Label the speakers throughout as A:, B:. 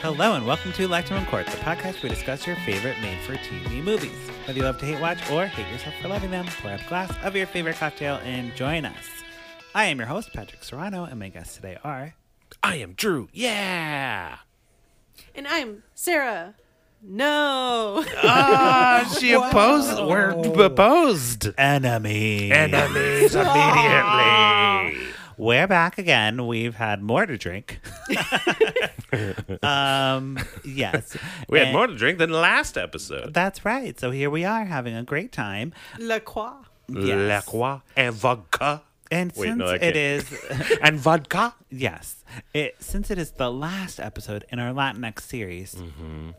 A: Hello and welcome to Lactimum Court, the podcast where we discuss your favorite made-for-TV movies. Whether you love to hate watch or hate yourself for loving them, pour up a glass of your favorite cocktail and join us. I am your host, Patrick Serrano, and my guests today are...
B: I am Drew. Yeah.
C: And I'm Sarah. No.
B: Ah, She opposed. We're opposed.
A: Enemy.
B: Enemies immediately.
A: We're back again. We've had more to drink. um, yes.
B: We had
A: And-
B: more to drink than last episode.
A: That's right. So here we are having a great time.
C: La Croix.
A: Yes.
B: Lacroix and vodka.
A: And
B: Wait,
A: since
B: no, I
A: it
B: can't.
A: is
B: And vodka.
A: Yes. It since it is the last episode in our Latinx series,
B: Mm-hmm.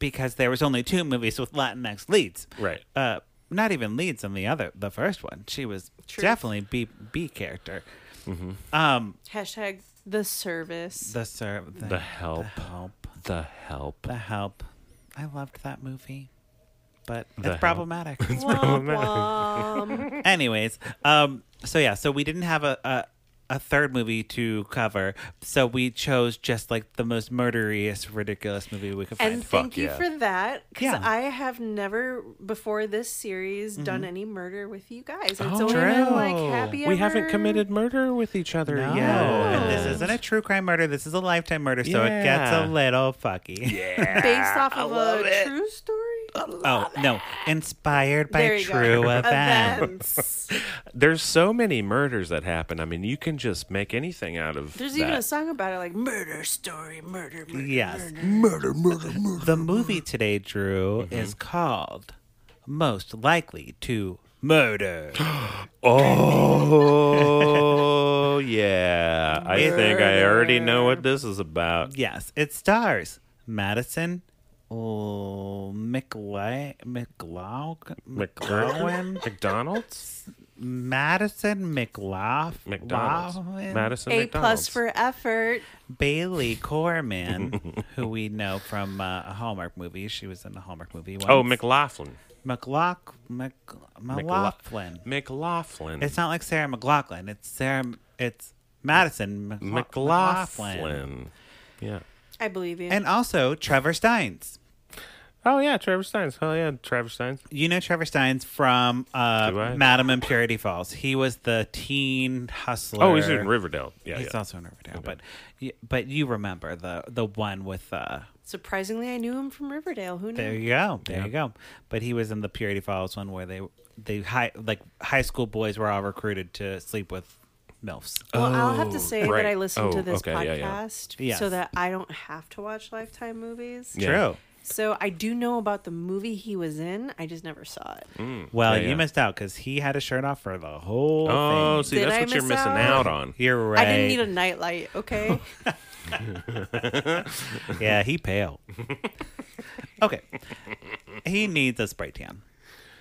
A: because there was only two movies with Latinx leads.
B: Right.
A: Uh, not even leads on the other, the first one. She was
C: True.
A: definitely B B character.
C: Hashtag the service.
A: The serve.
B: The help.
A: The help.
B: The help.
A: The help. I loved that movie, but
B: The
A: it's
B: help.
A: problematic.
C: Womp womp.
A: Anyways, um, so yeah, so we didn't have a, a a third movie to cover, so we chose just like the most murderiest, ridiculous movie we could
C: and
A: find.
B: Fuck
C: thank you
B: yeah.
C: for that because
A: Yeah.
C: I have never before this series done any murder with you guys. It's
B: Mm-hmm. Oh,
C: only been like
A: true.
C: happy
B: We haven't
C: ever-
B: committed murder with each other
A: No,
B: yet.
A: and this isn't a true crime murder. This is a lifetime murder, so it gets a
B: Yeah.
A: little fucky.
B: Yeah.
C: based off of
B: love
C: a
B: it.
C: true story.
A: Oh no, inspired by
C: there you
A: true
C: go.
A: events.
C: Events.
B: There's so many murders that happen. I mean, you can just make anything out of
C: There's
B: that.
C: even a song about it, like murder story, murder, murder.
A: Yes,
B: murder, murder, murder. Mm-hmm.
A: the movie today, Drew, is called "Most Likely to Murder."
B: Oh yeah, I think I already know what this is about.
A: Yes, it stars Madison oh, McLe- McLaug- McLaughlin.
B: McDonald's,
A: Madison McLaugh-
B: McDonald's,
A: Laughlin,
B: Madison
C: A plus
B: McDonald's.
C: for effort.
A: Bailey Corman, who we know from uh, a Hallmark movie. She was in a Hallmark movie. Once.
B: oh McLaughlin,
A: McLaugh- Mc- McLaughlin.
B: McLaughlin.
A: It's not like Sarah McLaughlin. It's Sarah. It's Madison McLa- McLaughlin.
B: McLaughlin. Yeah.
C: I believe you.
A: And also Trevor Steins.
B: Oh yeah, Trevor Steins. Oh yeah, Trevor Steins.
A: You know Trevor Steins from
B: Do
A: uh,
B: I?
A: Madam and Purity Falls. He was the teen hustler.
B: Oh, he's in Riverdale. Yeah,
A: He's
B: yeah.
A: also in Riverdale, but y- but you remember the the one with uh
C: Surprisingly, I knew him from Riverdale. Who knew?
A: there you go there you go. But he was in the Purity Falls one where they they high like high school boys were all recruited to sleep with milfs.
C: Well, I'll have
B: Oh,
C: to say
B: right.
C: that I listen
B: Oh,
C: to this
B: okay, yeah, yeah.
C: podcast
A: Yes.
C: so that I don't have to watch Lifetime movies.
B: Yeah.
A: True.
C: So I do know about the movie he was in. I just never saw it.
A: Well,
B: Yeah,
A: you
B: yeah.
A: missed out because he had a shirt off for the whole
B: Oh,
A: thing.
B: see,
C: Did
B: that's
C: I
B: what you're
C: miss
B: missing out,
C: out?
B: on.
A: You're right.
C: I didn't need a nightlight, okay?
A: Yeah, he pale. okay. He needs a spray tan.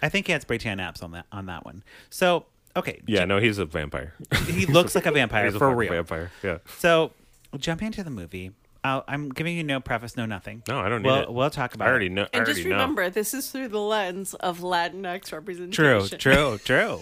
A: I think he had spray tan apps on that on that one. So okay,
B: Yeah, no, he's a vampire.
A: he looks like a vampire
B: he's a
A: for
B: fucking
A: real.
B: vampire. Yeah.
A: So jumping into the movie, I'll, I'm giving you no preface, no nothing.
B: No, I don't need
A: We'll
B: it.
A: we'll talk about.
B: I already
A: it.
B: know. I
C: and
B: already
C: just
B: know.
C: remember, this is through the lens of Latinx
A: True,
C: representation.
A: true, true.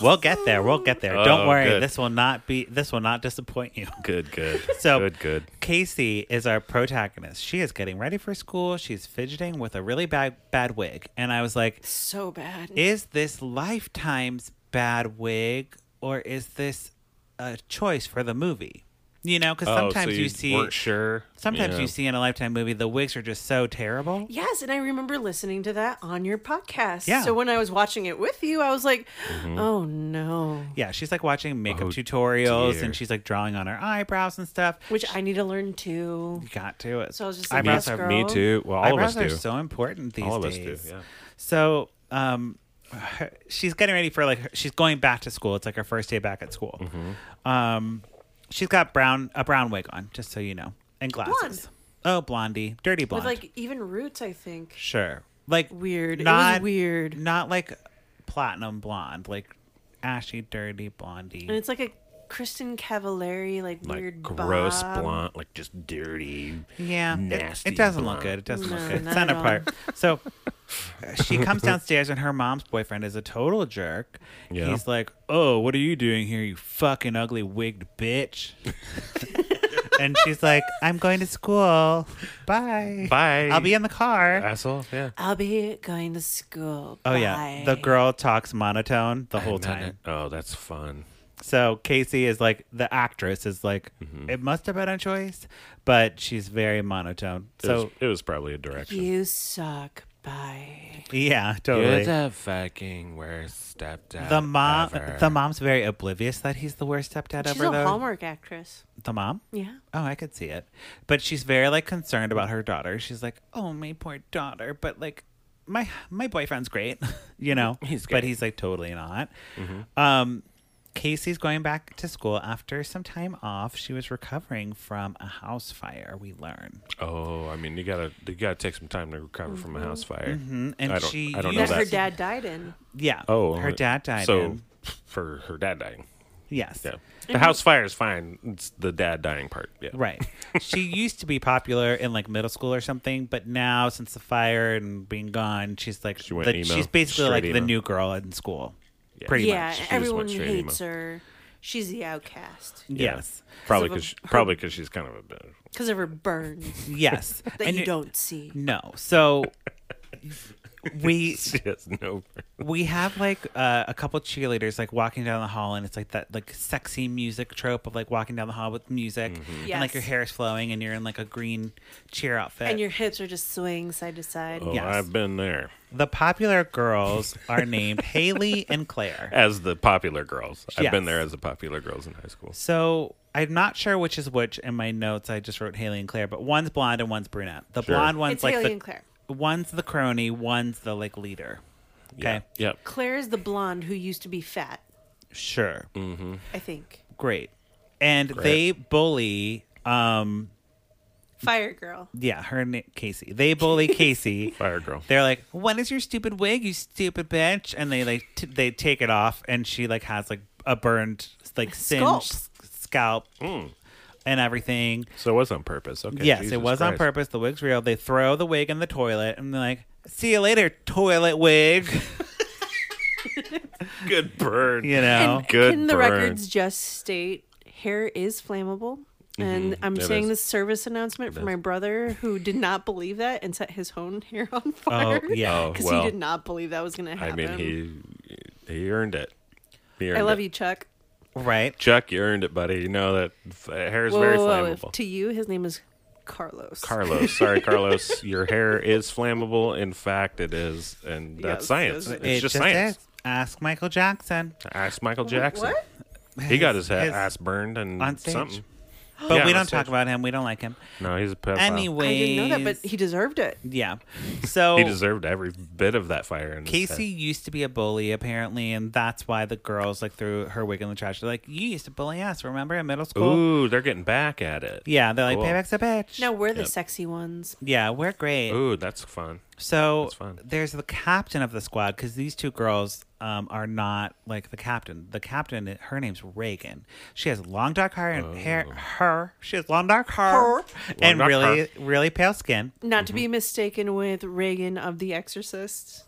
A: we'll get there. We'll get there. don't
B: Oh,
A: worry.
B: good.
A: This will not be. This will not disappoint you.
B: Good, good.
A: So
B: good, good.
A: Casey is our protagonist. She is getting ready for school. She's fidgeting with a really bad bad wig, and I was like,
C: So bad.
A: "Is this Lifetime's bad wig, or is this a choice for the movie?" You know, because sometimes
B: oh, so
A: you,
B: you
A: see,
B: weren't sure.
A: sometimes
B: Yeah.
A: you see in a Lifetime movie the wigs are just so terrible.
C: yes, and I remember listening to that on your podcast.
A: Yeah.
C: So when I was watching it with you, I was like,
B: Mm-hmm.
C: oh no.
A: Yeah, she's like watching makeup
B: Oh,
A: tutorials,
B: dear.
A: and she's like drawing on her eyebrows and stuff.
C: Which I need to learn too.
A: You got to it.
C: So I was just like,
A: eyebrows
C: yes,
A: are
C: girl.
B: Me too. Well, all of us
A: eyebrows
B: do.
A: are so important these
B: All of us
A: days.
B: do, yeah.
A: So, um, her- she's getting ready for like her- she's going back to school. It's like her first day back at school.
B: Mm-hmm.
A: Um, she's got brown a brown wig on, just so you know, and glasses. Oh, blondie, dirty blonde.
C: With like even roots, I think.
A: sure, like
C: Weird. It was
A: Not
C: weird.
A: Not like platinum blonde, like ashy, dirty blondie.
C: And it's like a Kristen Cavallari, like,
B: like
C: weird
B: gross
C: bob.
B: blonde, like just dirty.
A: Yeah, it-
B: nasty
A: It, doesn't look
B: blonde.
A: good. It doesn't look
C: No,
A: good. It's
C: not
A: not
C: at
A: a
C: all.
A: part. So uh, she comes downstairs, and her mom's boyfriend is a total jerk.
B: Yeah.
A: He's like, "Oh, what are you doing here, you fucking ugly wigged bitch?" and she's like, I'm going to school. Bye.
B: Bye. Uh,
A: I'll be in the car.
B: asshole. Yeah.
C: I'll be going to school.
A: Oh, yeah. The
C: Bye.
A: girl talks monotone the whole
B: And then
A: time.
B: it- Oh, that's fun.
A: So Casey is like the actress is like
B: Mm-hmm.
A: it must have been a choice, but she's very monotone.
B: It
A: So
B: was, it was probably a direction.
C: You suck. Bye.
A: yeah, totally.
B: the fucking worst stepdad.
A: the mom,
B: ever.
A: the mom's very oblivious that he's the worst stepdad
C: She's
A: ever.
C: a
A: Though
C: Hallmark actress.
A: the mom,
C: Yeah.
A: oh, I could see it, but she's very like concerned about her daughter. She's like, oh, my poor daughter, but like my my boyfriend's great, you know,
B: He's
A: but
B: great. Mm-hmm.
A: he's like totally not. Um, Casey's going back to school after some time off. She was recovering from a house fire. We learn.
B: Oh, I mean, you gotta you gotta take some time to recover from a house fire.
A: Mhm, and
B: I don't,
A: she
B: I don't know
A: used-
C: That her
B: that.
C: dad died in.
A: Yeah.
B: oh,
A: her dad died.
B: So
A: in-
B: for her dad dying,
A: Yes.
B: yeah, the house fire is fine. It's the dad dying part. Yeah,
A: Mm-hmm. Right. she used to be popular in like middle school or something, but now since the fire and being gone, she's like
B: She went
A: the-
B: emo,
A: she's basically
B: straight
A: like the
B: emo.
A: new girl in school.
B: Yeah.
A: Pretty
C: yeah,
A: much.
B: She just
C: everyone
B: went straight emo.
C: hates her. She's the outcast
A: Yes.
B: Probably
C: of a-
B: because probably because she's kind of a bit.
C: because of her burns
A: Yes.
C: that
A: And
C: you
A: it-
C: don't see.
A: No. So we
B: She has no.
A: we have like uh, a couple cheerleaders like walking down the hall and it's like that like sexy music trope of like walking down the hall with music
B: Mm-hmm.
A: and like
C: Yes.
A: your hair is flowing and you're in like a green cheer outfit
C: And your hips are just swaying side to side.
B: Oh,
A: Yes.
B: I've been there
A: The popular girls are named Haley and Claire.
B: as the popular girls. I've been
A: Yes.
B: there as the popular girls in high school.
A: So I'm not sure which is which in my notes. I just wrote Haley and Claire, but one's blonde and one's brunette. The
B: Sure.
A: blonde one's
C: It's
A: like
C: Haley
A: the
C: and Claire.
A: one's the crony, one's the like leader. Okay,
B: Yeah. Yep.
C: Claire is the blonde who used to be fat,
A: sure,
B: Mm.
C: I think.
A: great. And they bully, um,
C: Fire girl.
A: yeah, her name Casey. They bully Casey.
B: Fire girl.
A: They're like, "What is your stupid wig, you stupid bitch?" And they like t- they take it off, and she like has like a burned like
C: Scalp.
A: singed s- scalp
B: Mm.
A: and everything.
B: So it was on purpose. Okay.
A: yes,
B: Jesus
A: it was on
B: Christ.
A: purpose. The wig's real. They throw the wig in the toilet, and they're like, "See you later, toilet wig."
B: Good burn.
A: You know,
C: And
B: Oh, Good
C: can the
B: burn. Mm-hmm.
C: records just state hair is flammable? And I'm
B: It
C: saying
B: is.
C: this service announcement for my brother who did not believe that and set his own hair on fire.
A: yeah. Oh,
C: Because
B: well.
C: he did not believe that was going to
B: I
C: happen.
B: mean, he he earned it. He earned
C: I love
B: it.
C: you, Chuck.
A: right?
B: Chuck. You earned it, buddy. You know that f- hair is
C: Whoa,
B: very
C: whoa, whoa,
B: flammable.
C: To you, his name is Carlos.
B: Carlos, sorry, Carlos, your hair is flammable. In fact, it is, and that's
C: Yes,
B: science.
C: yes,
B: It's
A: It
B: just, science.
A: is. Ask Michael Jackson.
B: Ask Michael Jackson.
C: What?
B: He got his, ha-
A: his-
B: ass burned and
A: on stage.
B: something.
A: But
B: Yeah,
A: we
B: on
A: don't
B: stage.
A: talk about him. We don't like him.
B: No, he's a pedophile.
A: Anyway,
C: I didn't know that, but he deserved it.
A: yeah. So
B: he deserved every bit of that fire. In his
A: Casey used to be a bully apparently, and that's why the girls like threw her wig in the trash. They're like, "You used to bully us, remember in middle
B: head.
A: school?"
B: Ooh, they're getting back at it.
A: Yeah, they're like,
B: Cool.
A: "Payback's a bitch."
C: No, we're the sexy ones.
A: Yeah, we're great.
B: Ooh, that's fun.
A: So
B: fun.
A: there's the captain of the squad because these two girls um, are not like the captain. The captain, her name's Reagan. She has long dark hair and hair. Her, she has long dark hair
C: Her.
A: and
B: Oh. Long dark
A: really,
B: hair.
A: really pale skin.
C: Not to
B: Mm-hmm.
C: be mistaken with Reagan of The Exorcist.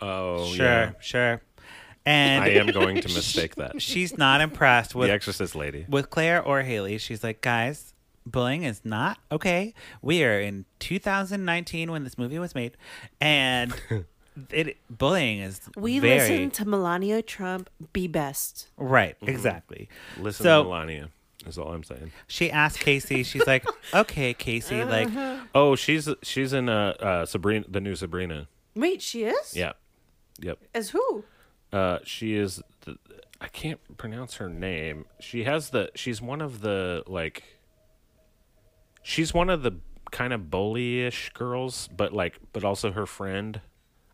B: Oh,
A: sure,
B: yeah.
A: sure.
B: I
A: And
B: am going to mistake that.
A: she's not impressed
B: the
A: with
B: Exorcist lady.
A: with Claire or Haley. She's like, guys, bullying is not okay. We are in 2019 when this movie was made, and it bullying is
C: We
A: very,
C: listen to Melania Trump be best.
A: Right, exactly.
B: Listen
A: so
B: to Melania. Is all I'm saying.
A: she asked Casey, she's like, okay, Casey, like,
B: Oh, she's she's in uh, uh Sabrina, the new Sabrina.
C: Wait, she is?
B: Yeah, yep.
C: As who?
B: Uh, she is. The, I can't pronounce her name. She has the. She's one of the like. She's one of the kind of bully-ish girls, but like, but also her friend.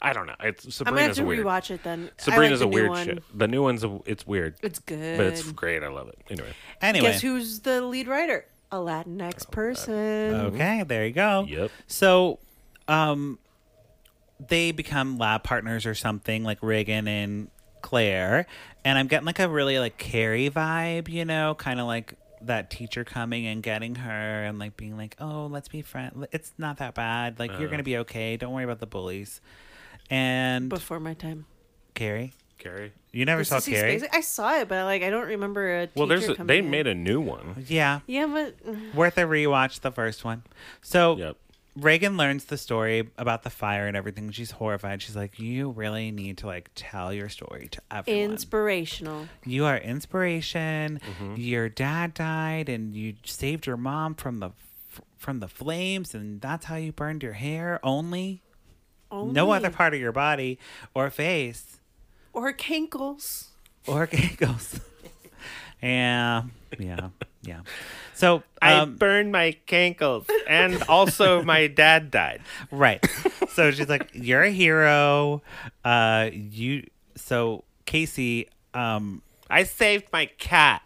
B: I don't know. It's
C: I'm gonna have
B: Sabrina's
C: to
B: a weird.
C: rewatch it then.
B: Sabrina's
C: I
B: a
C: like the new
B: weird
C: one.
B: shit. The new one's a, it's weird,
C: It's good.
B: but it's great. I love it. Anyway,
A: anyway.
C: Guess who's the lead writer? A Latinx person.
A: Okay, there you go.
B: Yep.
A: So, um, they become lab partners or something like Reagan and Claire, and I'm getting like a really like Carrie vibe, you know, kind of like that teacher coming and getting her and like being like, "Oh, let's be friends. It's not that bad. Like you're gonna be okay. Don't worry about the bullies." And
C: Before my time.
A: Carrie,
D: Carrie.
A: You never
C: This
A: saw
C: is See's
A: Carrie?
C: Basic- I saw it, but like I don't remember a. Teacher
D: Well, there's a,
C: coming
D: they
C: in.
D: made a new one.
A: Yeah.
C: Yeah, but mm,
A: Worth a rewatch, the first one. So
D: Yep.
A: Reagan learns the story about the fire and everything. She's horrified. She's like, You really need to like tell your story to everyone.
C: inspirational.
A: you are inspiration.
D: Mm-hmm.
A: Your dad died and you saved your mom from the from the flames and that's how you burned your hair only. No
C: Only-
A: other part of your body or face
C: or cankles.
A: or giggles. yeah. Yeah. Yeah. So
D: I
A: um,
D: burned my ankles, and also my dad died.
A: Right. So she's like, "You're a hero." Uh, you. So Casey. Um,
D: I saved my cat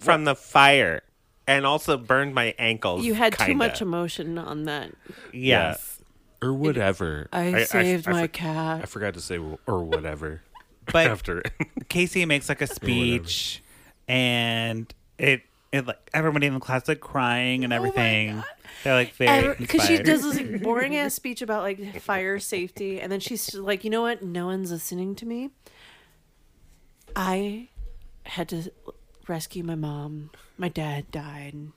D: from the fire, and also burned my ankles.
C: You had too much emotion on that.
A: yes,
D: or whatever. I for- I
C: cat.
D: forgot to say w- or whatever
A: but
D: after.
A: Casey makes like a speech, and it it like everybody in the class like crying and
C: Oh my
A: everything. They're like very
C: Because she
A: inspired.
C: does this like, boring ass speech about like fire safety, and then she's like, you know what? No one's listening to me. I had to rescue my mom. My dad died. And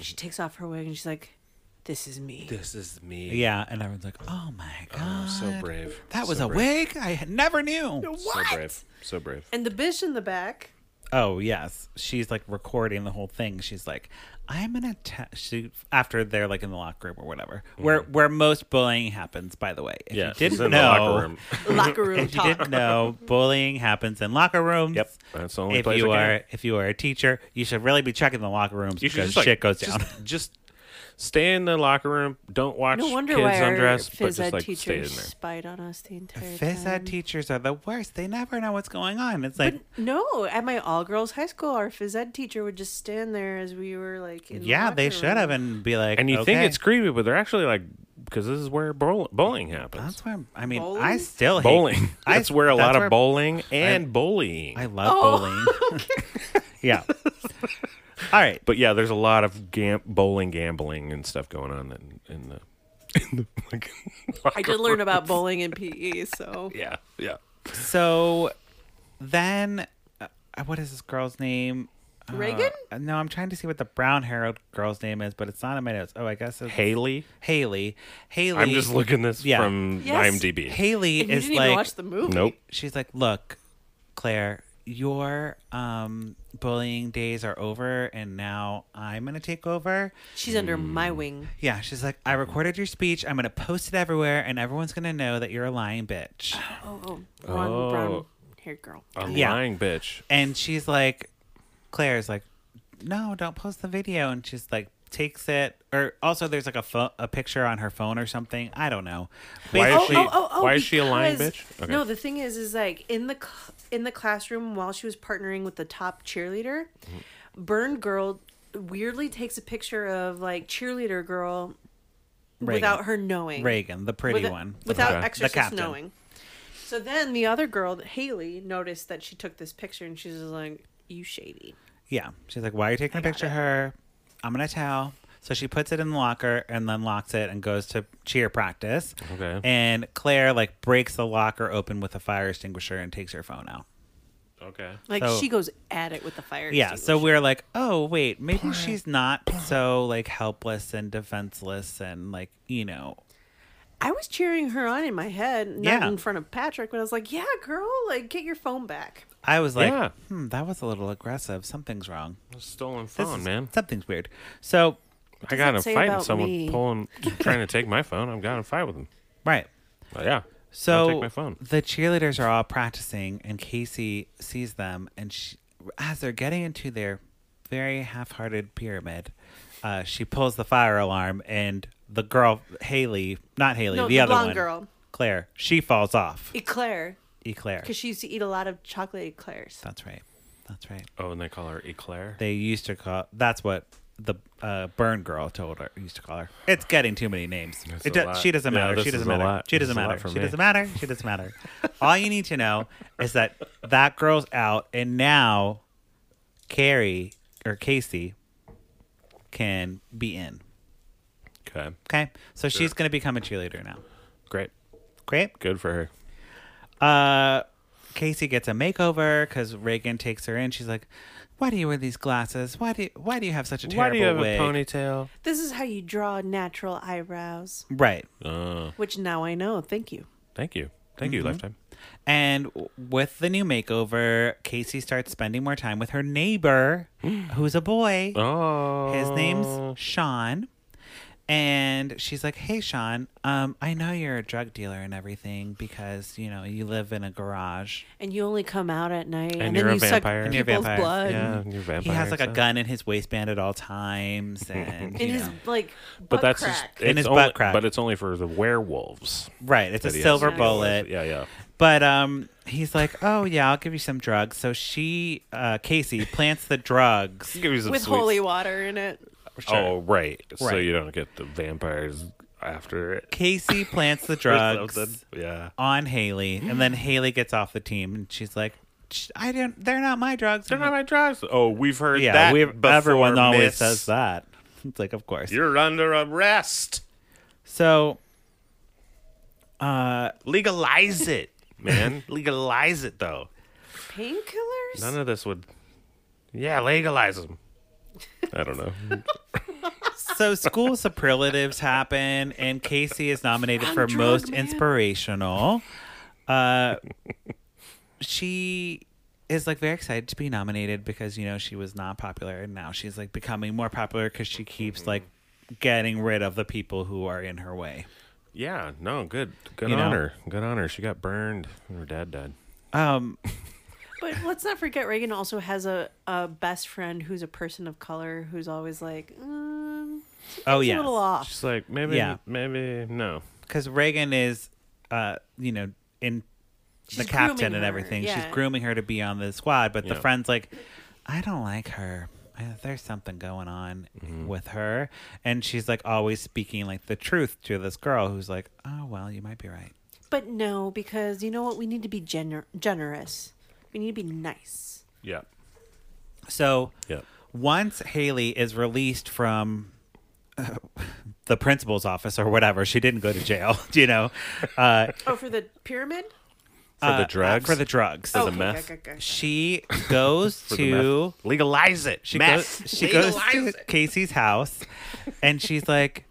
C: she takes off her wig and she's like, "This is me."
D: this is me.
A: Yeah, and everyone's like, "Oh my god,
D: I'm so brave.
A: that was
D: so
A: a
D: brave.
A: wig! I had- never knew."
D: So brave. So brave.
C: And the bitch in the back.
A: Oh yes, she's like recording the whole thing. She's like, "I'm an attack." She after they're like in the locker room or whatever, where where most bullying happens. By the way, if
D: Mm-hmm. Yeah,
A: you didn't
D: she's in
A: know,
D: the locker room.
C: Locker room
A: if you
C: talk.
A: didn't know, bullying happens in locker rooms.
D: Yep, that's the only
A: If
D: place
A: you
D: it can.
A: are if you are a teacher, you should really be checking the locker rooms
D: You should
A: because
D: just
A: shit
D: like,
A: goes down.
D: Just, just stay in the locker room. Don't watch
C: No wonder
D: kids
C: why our
D: undress, but
C: phys
D: just
C: ed
D: like stay in
C: teachers
D: there.
C: spied on us the entire
A: Phys
C: time.
A: ed teachers are the worst. They never know what's going on. It's like,
C: No, at my all girls high school, our phys ed teacher would just stand there as we were like. In the
A: yeah, they
C: locker
A: should have
C: room.
A: and be like,
D: And you
A: okay,
D: think it's creepy, but they're actually like because this is where bull- bowling happens.
A: That's where I mean, I
C: Bowling?
A: still hate,
D: bowling.
A: I-
D: that's where a lot of
A: where-
D: bowling and bullying.
A: I love
C: Oh.
A: bowling. yeah. All right.
D: but yeah, there's a lot of gam- bowling gambling and stuff going on in, in the. In the like,
C: I
D: locker
C: did learn
D: room.
C: about bowling in PE, so
D: Yeah, yeah.
A: So then, uh, what is this girl's name? Uh,
C: Reagan?
A: no, I'm trying to see what the brown haired girl's name is, but it's not in my notes. Oh, I guess it's
D: Haley.
A: Haley. Haley.
D: I'm just looking this
A: Yeah.
D: from
C: Yes.
D: IMDb.
A: Haley
C: and you
A: is
C: didn't
A: like
C: even watch the movie.
D: nope.
A: she's like, look, Claire, your um, bullying days are over, and now I'm gonna take over.
C: She's under
D: Mm.
C: my wing.
A: Yeah, she's like, I recorded your speech. I'm gonna post it everywhere, and everyone's gonna know that you're a lying bitch.
C: Oh, oh, blonde,
D: Oh.
C: brown haired girl.
D: A
A: Yeah.
D: lying bitch.
A: And she's like, Claire's like, no, don't post the video. And she's like, takes it. Or also, there's like a pho- a picture on her phone or something. I don't know.
D: Why
A: Basi-
C: Oh,
D: is she- why is she a lying
C: because-
D: bitch? Okay.
C: No, the thing is, is like in the cl- in the classroom while she was partnering with the top cheerleader,
D: Mm.
C: Burn Girl weirdly takes a picture of like cheerleader girl
A: Reagan.
C: without her knowing.
A: Oh. Reagan, the pretty
C: With-
A: one,
C: Without
D: Okay.
A: The
C: exorcist
A: captain.
C: knowing. So then the other girl, Haley, noticed that she took this picture and she's just like, You shady.
A: Yeah. She's like, why are you taking a
C: got
A: picture of
C: it.
A: her? I'm going to tell. So she puts it in the locker and then locks it and goes to cheer practice.
D: Okay.
A: And Claire like breaks the locker open with a fire extinguisher and takes her phone out.
D: Okay.
C: Like
A: So-
C: she goes at it with the fire.
A: Yeah, so
C: extinguisher.
A: we're like, oh wait, maybe she's not so like helpless and defenseless and like you know,
C: I was cheering her on in my head, not
A: Yeah.
C: in front of Patrick, but I was like, Yeah, girl, like get your phone back.
A: I was like,
D: Yeah.
A: hmm, that was a little aggressive. Something's wrong.
D: Stolen
A: This
D: phone,
A: is-
D: man.
A: Something's weird. So
D: I got in a
C: it say
D: fight with
C: about
D: someone
C: me?
D: pulling, trying to take my phone. I'm got in a fight with him.
A: right,
D: But yeah.
A: so
D: take my phone.
A: the cheerleaders are all practicing, and Casey sees them, and she, as they're getting into their very half-hearted pyramid, uh, she pulls the fire alarm, and the girl Haley, not Haley,
C: No,
A: the,
C: the
A: other
C: blonde
A: one,
C: girl.
A: Claire, she falls off.
C: Eclair.
A: Eclair.
C: Because she used to eat a lot of chocolate eclairs.
A: That's right. That's right.
D: Oh, and they call her Eclair.
A: They used to call. That's what the uh, burn girl told her. Used to call her. It's getting too many names.
D: That's
A: It
D: a
A: do,
D: lot.
A: she doesn't
D: Yeah,
A: matter.
D: this
A: she
D: is
A: doesn't
D: a
A: matter.
D: lot.
A: She
D: This
A: doesn't
D: is a lot
A: matter.
D: for
A: She
D: me.
A: doesn't matter. She doesn't matter. All you need to know is that that girl's out, and now Carrie or Casey can be in.
D: okay.
A: Okay, so she's going to become a cheerleader now.
D: Great.
A: Great.
D: Good for her.
A: Uh, Casey gets a makeover because Reagan takes her in. She's like, "Why do you wear these glasses? Why do you, why do you have such a terrible
D: Why do you have
A: wig?"
D: a ponytail?
C: This is how you draw natural eyebrows,
A: Right.
D: Uh,
C: which now I know. Thank you.
D: thank you, thank
A: Mm-hmm.
D: you, lifetime.
A: And w- with the new makeover, Casey starts spending more time with her neighbor, who's a boy.
D: Oh,
A: His name's Sean. And she's like, Hey, Sean, um, I know you're a drug dealer and everything because, you know, you live in a garage.
C: And you only come out at night, and,
D: you're
C: then
D: a
C: you
D: vampire.
C: suck
D: And
A: you're a
C: people's
A: vampire.
C: blood.
D: yeah, new vampire.
A: He has like a
D: so-
A: gun in his waistband at all times. And,
C: In
A: you
C: his
A: know.
C: like, butt
D: But that's just,
C: crack.
A: In
D: it's
A: his
D: only-
A: butt crack.
D: But it's only for the werewolves.
A: right, it's a
D: that he has
A: silver
D: to deal with.
A: bullet.
D: Yeah, yeah.
A: But um, he's like, Oh, yeah, I'll give you some drugs. So she, uh, Casey, plants the drugs.
D: Give you some
C: with
D: sweets.
C: holy water in it.
D: Oh, right. So
A: Right.
D: you don't get the vampires after it.
A: Casey plants the drugs.
D: Or something. Yeah.
A: on Haley, and then Haley gets off the team, and she's like, "Sh- "I don't. They're not my drugs.
D: They're not my drugs. Oh, we've heard
A: yeah,
D: that.
A: we've-
D: before,
A: everyone always
D: miss.
A: says that. It's like, of course.
D: You're under arrest.
A: so
D: Legalize it, man. legalize it, though.
C: Painkillers?
D: None of this would. Yeah, legalize them. I don't know.
A: so school superlatives happen, and Casey is nominated for
C: drug
A: most
C: man.
A: inspirational. Uh, she is like very excited to be nominated because you know she was not popular, and now she's like becoming more popular because she keeps like getting rid of the people who are in her way.
D: yeah, no, good. Good
A: You know?
D: on her. Good on her. She got burned when her dad died.
A: Um,
C: But let's not forget Reagan also has a, a best friend who's a person of color who's always like, mm,
A: oh
C: it's a
A: yeah,
C: little off.
D: She's like, maybe,
A: Yeah.
D: maybe, no.
A: because Reagan is, uh, you know, in the
C: She's
A: captain
C: grooming
A: and
C: her,
A: everything.
C: yeah.
A: She's grooming her to be on the squad, but the
D: Yeah.
A: friend's like, I don't like her. I- There's something going on
D: Mm-hmm.
A: with her, and she's like always speaking like the truth to this girl who's like, "Oh well, you might be right."
C: But no, because you know what? We need to be gener- generous. We need to be nice.
D: Yeah.
A: So
D: Yeah.
A: once Haley is released from uh, the principal's office or whatever, she didn't go to jail, you know, uh,
C: Oh, for the pyramid?
D: For
A: uh,
D: the drugs.
A: for the drugs.
D: For
C: oh,
D: the meth.
A: She goes to
D: legalize it.
A: She goes. She goes to Casey's house, and she's like,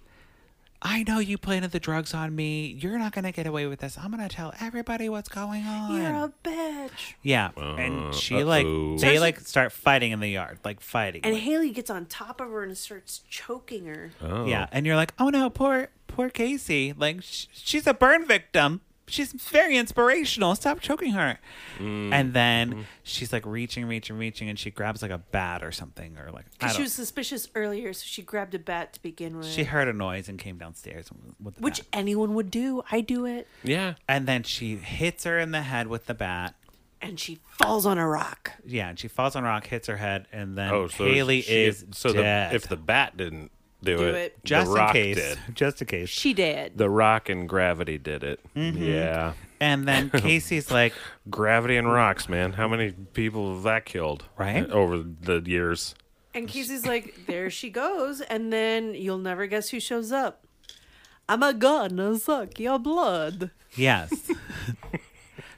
A: "I know you planted the drugs on me. You're not gonna get away with this. I'm gonna tell everybody what's going on."
C: You're a bitch.
A: yeah, and she
D: Uh,
A: like
D: uh-oh.
A: they like start fighting in the yard, like fighting.
C: And Haley gets on top of her and starts choking her.
D: Oh.
A: yeah, and you're like, "Oh no, poor poor Casey. Like sh- she's a burn victim." She's very inspirational. Stop choking her.
D: Mm.
A: And then
D: Mm-hmm.
A: she's like reaching, reaching, reaching, and she grabs like a bat or something, or like I
C: Because she
A: don't-
C: was suspicious earlier, so she grabbed a bat to begin with.
A: She heard a noise and came downstairs with the
C: which
A: bat.
C: anyone would do. I do it.
D: Yeah.
A: And then she hits her in the head with the bat.
C: And she falls on a rock.
A: Yeah, and she falls on a rock, hits her head, and then
D: Oh, so
A: Haley
D: she-
A: is
D: so
A: dead.
D: The, if the bat didn't do,
C: Do
D: it,
C: it.
D: the
A: just in
D: rock
A: case,
D: did.
A: just in case.
C: She did.
D: The rock and gravity did it.
A: Mm-hmm.
D: Yeah.
A: And then Casey's like,
D: Gravity and rocks, man. How many people have that killed?
A: Right?
D: Over the years.
C: And Casey's like, there she goes. And then you'll never guess who shows up. I'm a gonna suck your blood.
A: "Yes."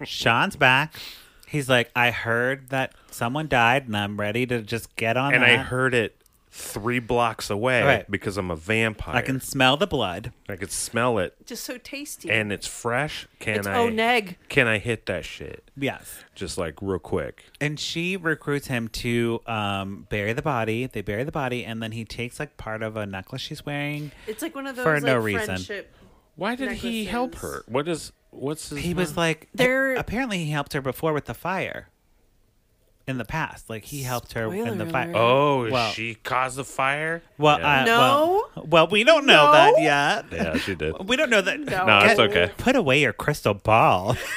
A: Sean's back. He's like, "I heard that someone died, and I'm ready to just get on
D: And I
A: that.
D: heard it three blocks away
A: Right.
D: because I'm a vampire.
A: I can smell the blood."
D: I could smell it
C: Just so tasty.
D: and it's fresh. Can
C: It's
D: I
C: Oneg.
D: Can I hit that shit?
A: Yes.
D: Just like real quick.
A: and she recruits him to um, bury the body. They bury the body, and then he takes like part of a necklace she's wearing.
C: it's like one of those
A: For
C: like,
A: no reason.
C: friendship.
D: Why did he help her?
C: Necklaces.
D: What is what's his
A: He was like,
C: There-
A: apparently he helped her before with the fire. In the past, like he helped her in the
C: Spoiler
A: fire.
C: alert.
D: Oh,
A: Well-
D: she caused the fire?
A: well,
D: yeah.
A: uh,
C: No.
A: Well, well, we don't know
C: No.
A: that yet.
D: yeah, she did.
A: We don't know that.
C: No.
D: No, it's
A: Get-
D: okay.
A: Put away your crystal ball.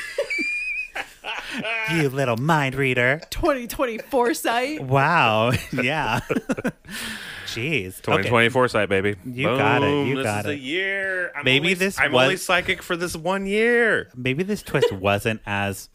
A: you little mind reader.
C: 2020 foresight.
A: Wow. yeah. Jeez.
D: Twenty
A: Okay.
D: twenty four sight, baby.
A: You got it, you
D: this
A: got
D: is a
A: it.
D: year. I'm
A: Maybe
D: only,
A: this
D: I'm
A: was-
D: only psychic for this one year.
A: Maybe this twist wasn't as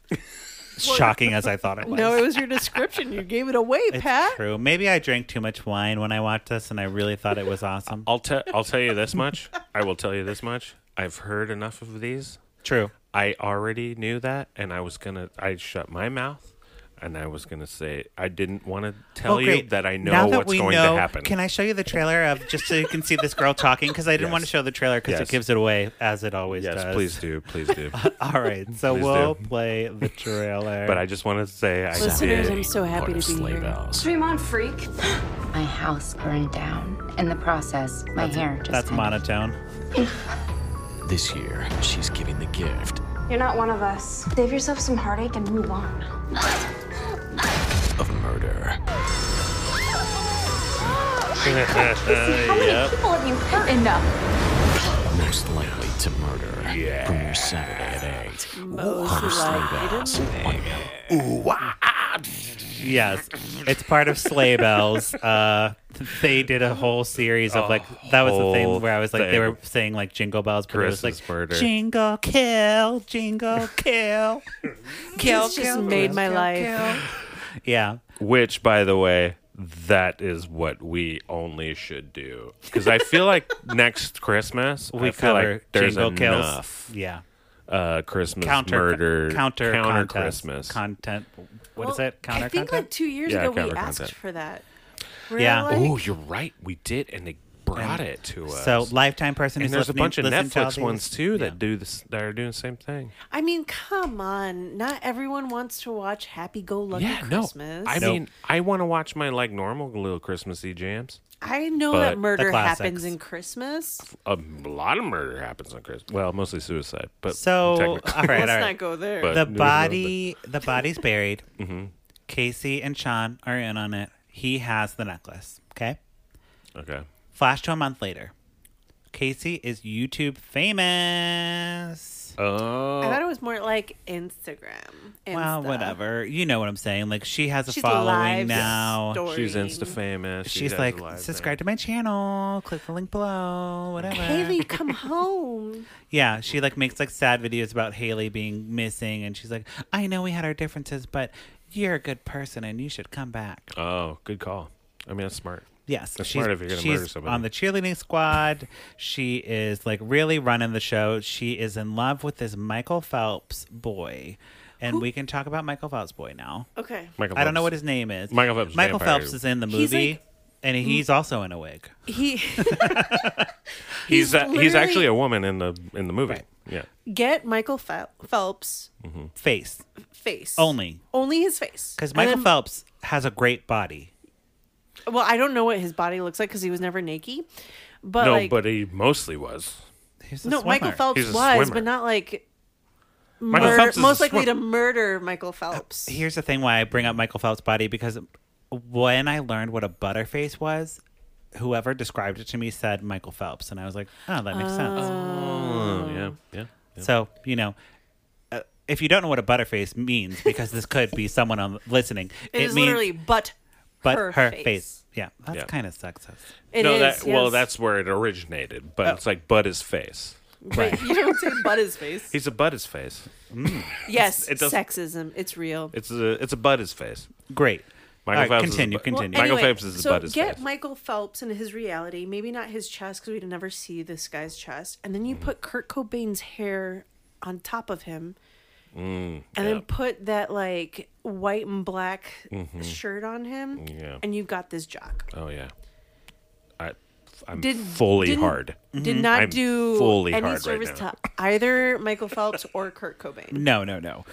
A: shocking as I thought it was.
C: No, it was your description. You gave it away,
A: It's
C: Pat.
A: true. Maybe I drank too much wine when I watched this, and I really thought it was awesome.
D: I'll tell. I'll tell you this much. I will tell you this much. I've heard enough of these.
A: True.
D: I already knew that, and I was gonna. I shut my mouth, and I was gonna say I didn't want to tell
A: Oh,
D: you
A: great.
D: that I know
A: now that
D: what's
A: we
D: going
A: know,
D: to happen.
A: Can I show you the trailer of just so you can see this girl talking? Because I didn't
D: Yes.
A: want to show the trailer because
D: Yes.
A: it gives it away as it always
D: yes,
A: does.
D: please do, please do.
A: All right, so
D: Please
A: we'll
D: do.
A: play the trailer.
D: but I just wanted to say I
C: Listeners,
D: did.
C: I'm so happy to be here.
E: Dream on, freak.
F: My house burned down. In the process, my hair just.
A: that's
F: ended.
A: monotone.
G: This year, she's giving the gift
E: You're not one of us. Save yourself some heartache and move on.
G: of murder.
E: Listen, how many people have you hurt enough?
G: Most likely to murder. Yeah. Premieres Saturday at 8.
A: Yes, it's part of Sleigh Bells. Uh, they did a whole series of like that was the
D: whole
A: thing where I was like they
D: thing.
A: were saying like Jingle Bells, but it was
D: Christmas
A: like
D: murder.
A: Jingle Kill, Jingle Kill, Kill.
C: This just
A: kill,
C: made
A: kill,
C: my
A: kill,
C: life.
A: kill. Yeah,
D: Which, by the way, that is what we only should do because I feel like next Christmas
A: we
D: I feel
A: cover
D: like there's
A: Jingle
D: enough
A: Kills. Yeah,
D: uh, Christmas
A: counter
D: murder
A: counter
D: counter
A: contest,
D: Christmas.
A: content. What is
C: Well,
A: it? Counter
C: I think
A: content.
C: like two years
D: Yeah,
C: ago we
D: counter
C: asked
D: content.
C: for that.
A: Yeah.
C: Really?
D: oh, you're right. We did, and they brought it to us.
A: so lifetime person
D: and
A: who's
D: there's a
A: listening-
D: bunch of
A: listened to all
D: Netflix ones
A: these-
D: too that
A: Yeah.
D: do this. That are doing the same thing.
C: I mean, come on. Not everyone wants to watch Happy Go Lucky
D: yeah,
C: Christmas.
D: no. I
A: Nope.
D: mean, I want to watch my like normal little Christmassy jams.
C: I know
D: But-
C: that murder
A: The classics.
C: happens in Christmas.
D: A lot of murder happens on Christmas. Well, mostly suicide, but
A: So all
D: technically.
A: right, all right.
C: Let's not go there.
D: But-
A: the
D: No, no, no,
A: body the body's buried
D: Mm-hmm.
A: casey and sean are in on it he has the necklace okay
D: okay.
A: flash to a month later casey is youtube famous
D: Oh,
C: I thought it was more like Instagram. Insta.
A: well whatever you know what i'm saying like she has a
C: She's
A: following
C: live
A: now
C: story.
D: she's insta famous. she
A: she's
D: does
A: like
D: a lot of
A: subscribe to my channel click the link below whatever
C: Haley, come home.
A: Yeah, she like makes like sad videos about Haley being missing, and she's like, "I know we had our differences, but you're a good person, and you should come back."
D: things. Oh, good call. I mean, that's smart.
A: Yes,
D: That's
A: she's,
D: smart if you're gonna
A: she's
D: murder somebody.
A: on the cheerleading squad. She is like really running the show. She is in love with this Michael Phelps boy, and we can talk about Michael Phelps boy now.
C: Okay.
D: Michael
A: I don't know
D: Phelps.
A: what his name is.
D: Michael Phelps
A: Michael
D: vampire.
A: Phelps is in the movie,
C: He's, like- mm-hmm.
A: and he's also in a wig.
C: He
D: He's
C: He's
D: uh, he's
C: literally-
D: actually a woman in the in the movie.
A: Right.
D: Yeah.
C: get Michael Fel- Phelps
A: Face
C: face
A: only,
C: only his face
A: because
C: And
A: Michael
C: then-
A: Phelps has a great body.
C: Well, I don't know what his body looks like because he was never naked, but
D: no,
C: like
D: but he mostly was.
A: He's a
C: no, Michael
A: swimmer.
C: Phelps
D: He's a
C: was,
D: swimmer.
C: but not like
D: Michael
C: mur-
D: Phelps is a
C: most likely
D: swim-
C: to murder Michael Phelps.
A: Here's the thing why I bring up Michael Phelps' body because when I learned what a butterface was, whoever described it to me said Michael Phelps. And I was like, oh, that makes sense.
D: Oh, yeah, yeah.
A: So, you know. uh, If you don't know what a butterface means, because this could be someone on listening,
C: it is literally but
A: but
C: her, face.
A: Yeah, that's
D: Yeah.
A: kind of sexist.
C: It
D: no,
C: is,
D: that well,
C: yes.
D: that's where it originated,
A: Oh.
D: but it's like but his face.
A: Right.
C: you don't say but his face.
D: He's a but his face.
C: yes,
D: it doesn't-
C: sexism. It's real.
D: It's a it's a but his face.
A: Great.
D: Michael
A: All right,
D: Phelps is a
A: continue,
D: bu-
A: continue.
D: Well, Michael Phelps is
C: so
D: about his
C: get
D: face.
C: Michael Phelps and his reality, maybe not his chest because we'd never see this guy's chest, and then you
D: Mm-hmm.
C: put Kurt Cobain's hair on top of him,
D: Mm,
C: and then put that like white and black shirt on him,
D: Mm-hmm. Yeah.
C: and you've got this jock.
D: Oh yeah. I I'm
C: Did-
D: fully
C: didn't-
D: hard.
C: Did not
D: I'm
C: do
D: fully hard
C: any
D: right
C: service
D: now.
C: to either Michael Phelps or Kurt Cobain.
A: no, no, no.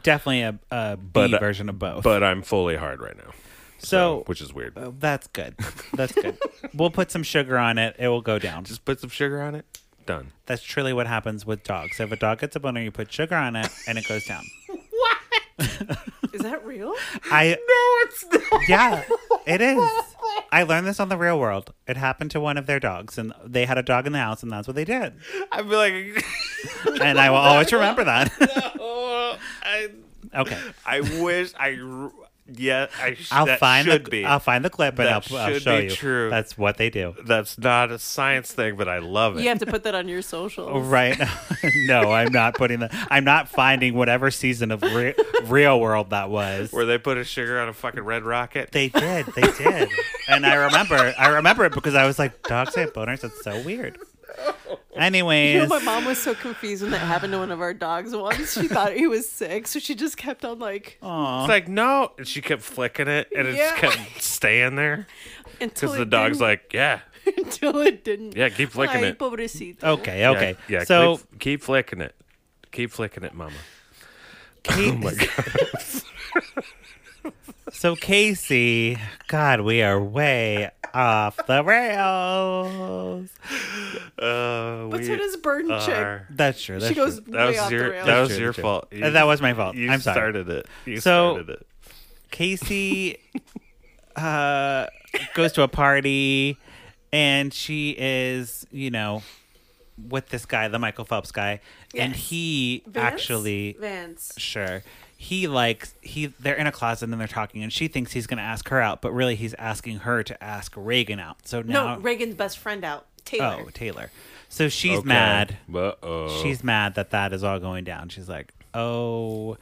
A: Definitely a, a B
D: But, uh,
A: version of both.
D: But I'm fully hard right now.
A: so,
D: which is weird.
A: uh, that's good. That's good. we'll put some sugar on it. It will go down.
D: Just put some sugar on it. Done.
A: That's truly what happens with dogs. If a dog gets a boner, you put sugar on it and it goes down.
C: Is that real?
A: I no, it's not. Yeah, it is. I learned this on the real world. It happened to one of their dogs, and they had a dog in the house, and that's what they did.
D: I feel like
A: And I will always remember that.
D: oh, I
A: okay,
D: I wish I yeah, I sh-
A: I'll
D: that
A: find the
D: should be.
A: I'll find the clip and
D: That
A: I'll, I'll
D: should
A: show
D: be
A: you.
D: true.
A: That's what they do.
D: That's not a science thing, but I love it.
C: You have to put that on your
D: Oh,
C: socials.
A: Right? no, I'm not putting the. I'm not finding whatever season of re- Real World that was.
D: Where they put a sugar on a fucking red rocket.
A: They did. They did. and I remember. I remember it because I was like, "Dogs have boners. That's so weird." Anyways,
C: You know, my mom was so confused when that happened to one of our dogs once. She thought he was sick, so she just kept on like
D: It's like no, and she kept flicking it, and it just
C: Yeah.
D: kept staying there
C: until
D: because
C: it
D: the dog's
C: didn't-
D: like, yeah,
C: until it didn't.
D: Yeah, keep flicking
C: Ay,
D: it. Oh,
C: pobrecito.
A: okay, okay.
D: yeah. yeah
A: so
D: keep, keep flicking it, keep flicking it, Mama. oh my god,
A: so Casey, God, we are way off the rails.
D: uh,
C: But
D: we
C: so does Burn Chick.
D: are-
A: That's true. That's
C: She goes
A: true.
D: That
C: way
D: was
C: off the
D: your
C: rails.
D: that was
A: true,
D: your
A: that's true.
D: fault.
A: Uh, that was my fault.
D: You
A: I'm sorry.
D: started it. You
A: So-
D: started it.
A: Casey uh, goes to a party and she is, you know, with this guy, the Michael Phelps guy, and
C: Yes.
A: he
C: Vance?
A: actually
C: Vance.
A: sure he likes he they're in a closet and they're talking and she thinks he's going to ask her out but really he's asking her to ask Reagan out so now
C: No, Reagan's best friend out. Taylor.
A: oh Taylor so she's mad
D: Uh oh.
A: she's mad that that is all going down. She's like, "Oh,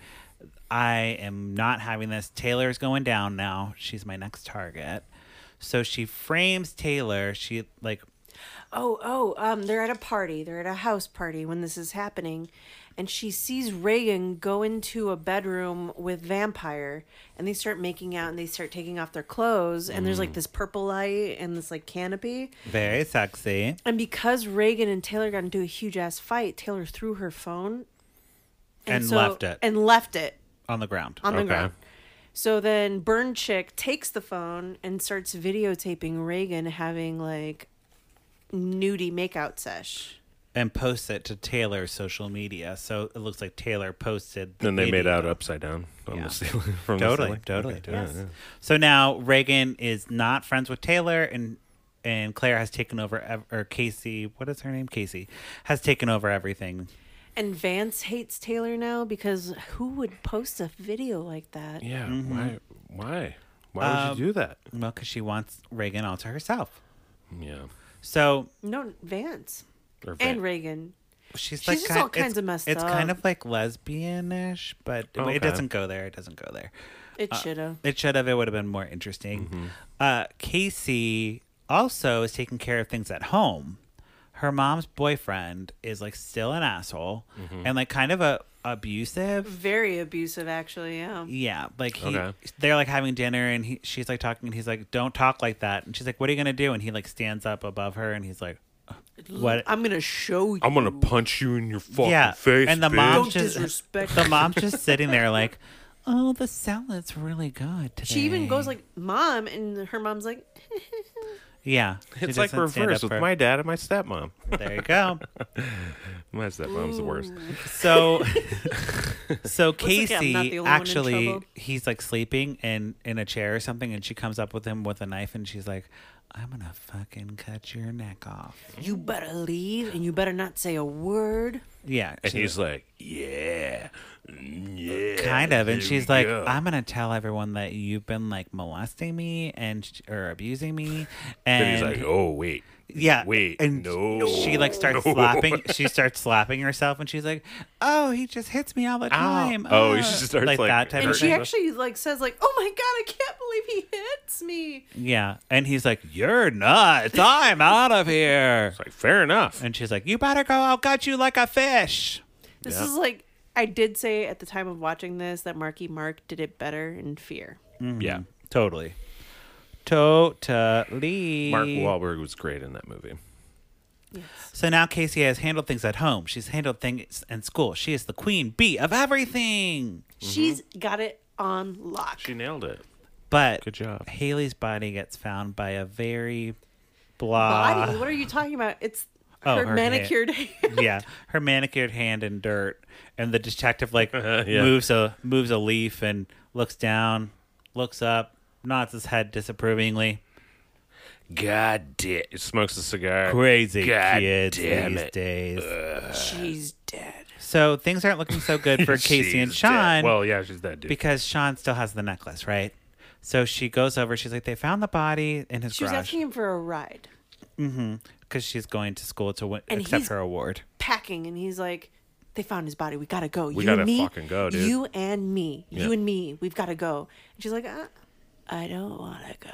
A: I am not having this. Taylor's going down now. She's my next target." So she frames Taylor. She like,
C: oh, oh, um, they're at a party. They're at a house party when this is happening. And she sees Reagan go into a bedroom with Vampire and they start making out and they start taking off their clothes. And there's like
A: Mm.
C: this purple light and this like canopy.
A: "Very sexy."
C: And because Reagan and Taylor got into a huge ass fight, Taylor threw her phone
A: And left it.
C: And left it
A: On the ground.
C: on the
D: Okay.
C: ground. So then Burn Chick takes the phone and starts videotaping Reagan having like nudie makeout sesh.
A: and posts it to Taylor's social media. So it looks like Taylor posted. the
D: Then they made
A: video.
D: out upside down on
A: Yeah.
D: the ceiling.
A: Totally,
D: From the ceiling.
A: totally, totally.
D: Yeah, yeah.
A: So now Reagan is not friends with Taylor, and and Claire has taken over, ev- or Casey, what is her name? Casey has taken over everything.
C: And Vance hates Taylor now because who would post a video like that?
D: Yeah.
A: Mm-hmm.
D: Why? Why? Why would you do that?
A: Well, because she wants Reagan all to herself.
D: Yeah.
A: So
C: No, Vance.
D: Or
C: And
D: va-
C: Reagan.
A: she's,
C: She's
A: like
C: just
A: kind-
C: all kinds
A: it's-
C: of messed
A: It's kind
C: up.
A: of like lesbianish, but it-
D: Okay.
A: it doesn't go there. It doesn't go there.
C: It
D: Uh,
C: should have.
A: It should have. It would have been more interesting.
D: Mm-hmm.
A: Uh, Casey also is taking care of things at home. Her mom's boyfriend is like still an asshole
D: Mm-hmm.
A: and like kind of a abusive.
C: Very abusive, actually. Yeah.
A: Yeah, like he,
D: Okay.
A: they're like having dinner and he, she's like talking and he's like, "Don't talk like that." And she's like, "What are you gonna do?" And he like stands up above her and he's like, "What?"
C: I'm going to show you.
D: I'm gonna punch you in your fucking face.
A: and the
D: bitch.
A: mom's
C: Don't
A: just
C: disrespect
A: the
C: me.
A: mom's just sitting there like, oh, the salad's really good. Today.
C: she even goes like, Mom. And her mom's like,
A: yeah, she
D: It's like
A: doesn't stand
D: reverse
A: up
D: with
A: for-
D: my dad and my stepmom.
A: There you go.
D: My stepmom's the worst.
A: So, so
C: like I'm not
A: Casey
C: the only one in
A: actually
C: trouble.
A: he's like sleeping in in a chair or something, and she comes up with him with a knife, and she's like, I'm gonna fucking cut your neck off.
C: You better leave and you better not say a word.
A: Yeah,
D: And
A: she's
D: he's like, yeah, mm, yeah.
A: kind of and
D: there
A: she's
D: we
A: like
D: go."
A: i'm gonna tell everyone that you've been like molesting me and sh- or abusing me and
D: And he's like, oh wait,
A: yeah
D: wait,
A: and
D: no,
A: she like starts
D: no."
A: slapping she starts slapping herself and she's like oh he just hits me all the time
D: Oh,
A: ah."
D: she starts, like,
A: that type
C: And
A: of
D: Hurt
C: she
A: thing
D: her.
C: actually like says like, "Oh my god, I can't believe he hits me."
A: yeah and he's like you're nuts i'm out of here
D: Like fair enough.
A: and she's like you better go i'll gut you like a fish
C: This
D: Yeah.
C: is like I did say at the time of watching this that Marky Mark did it better in Fear.
D: Yeah,
A: totally totally
D: Mark Wahlberg was great in that movie.
C: Yes.
A: So now Casey has handled things at home. She's handled things in school. She is the queen bee of everything.
C: She's got it on lock.
D: She nailed it.
A: But
D: Good job.
A: Haley's body gets found by a very blah.
D: Uh,
C: Body, what are you talking about? It's
A: Oh,
C: her,
A: her
C: manicured hair.
A: yeah, her manicured hand in dirt, and the detective like moves a moves a leaf and looks down, looks up, nods his head disapprovingly.
D: God damn! He smokes a cigar.
A: Crazy
D: God
A: kids
D: damn
A: these
D: it.
A: days.
C: She's dead.
A: So things aren't looking so good for Casey and
D: She's
A: Sean.
D: dead. Well, yeah, she's dead, dude.
A: because Sean still has the necklace, right? So she goes over. She's like, "They found the body in his
C: She was
A: garage
C: asking him for a ride,
A: because she's going to school to win-
C: And
A: accept
C: he's-
A: her award."
C: packing, and he's like, "They found his body. We gotta go. you
D: gotta
C: and me,
D: fucking go, dude."
C: You and me.
D: Yeah.
C: You and me. We've gotta go." And she's like, uh, "I don't wanna go."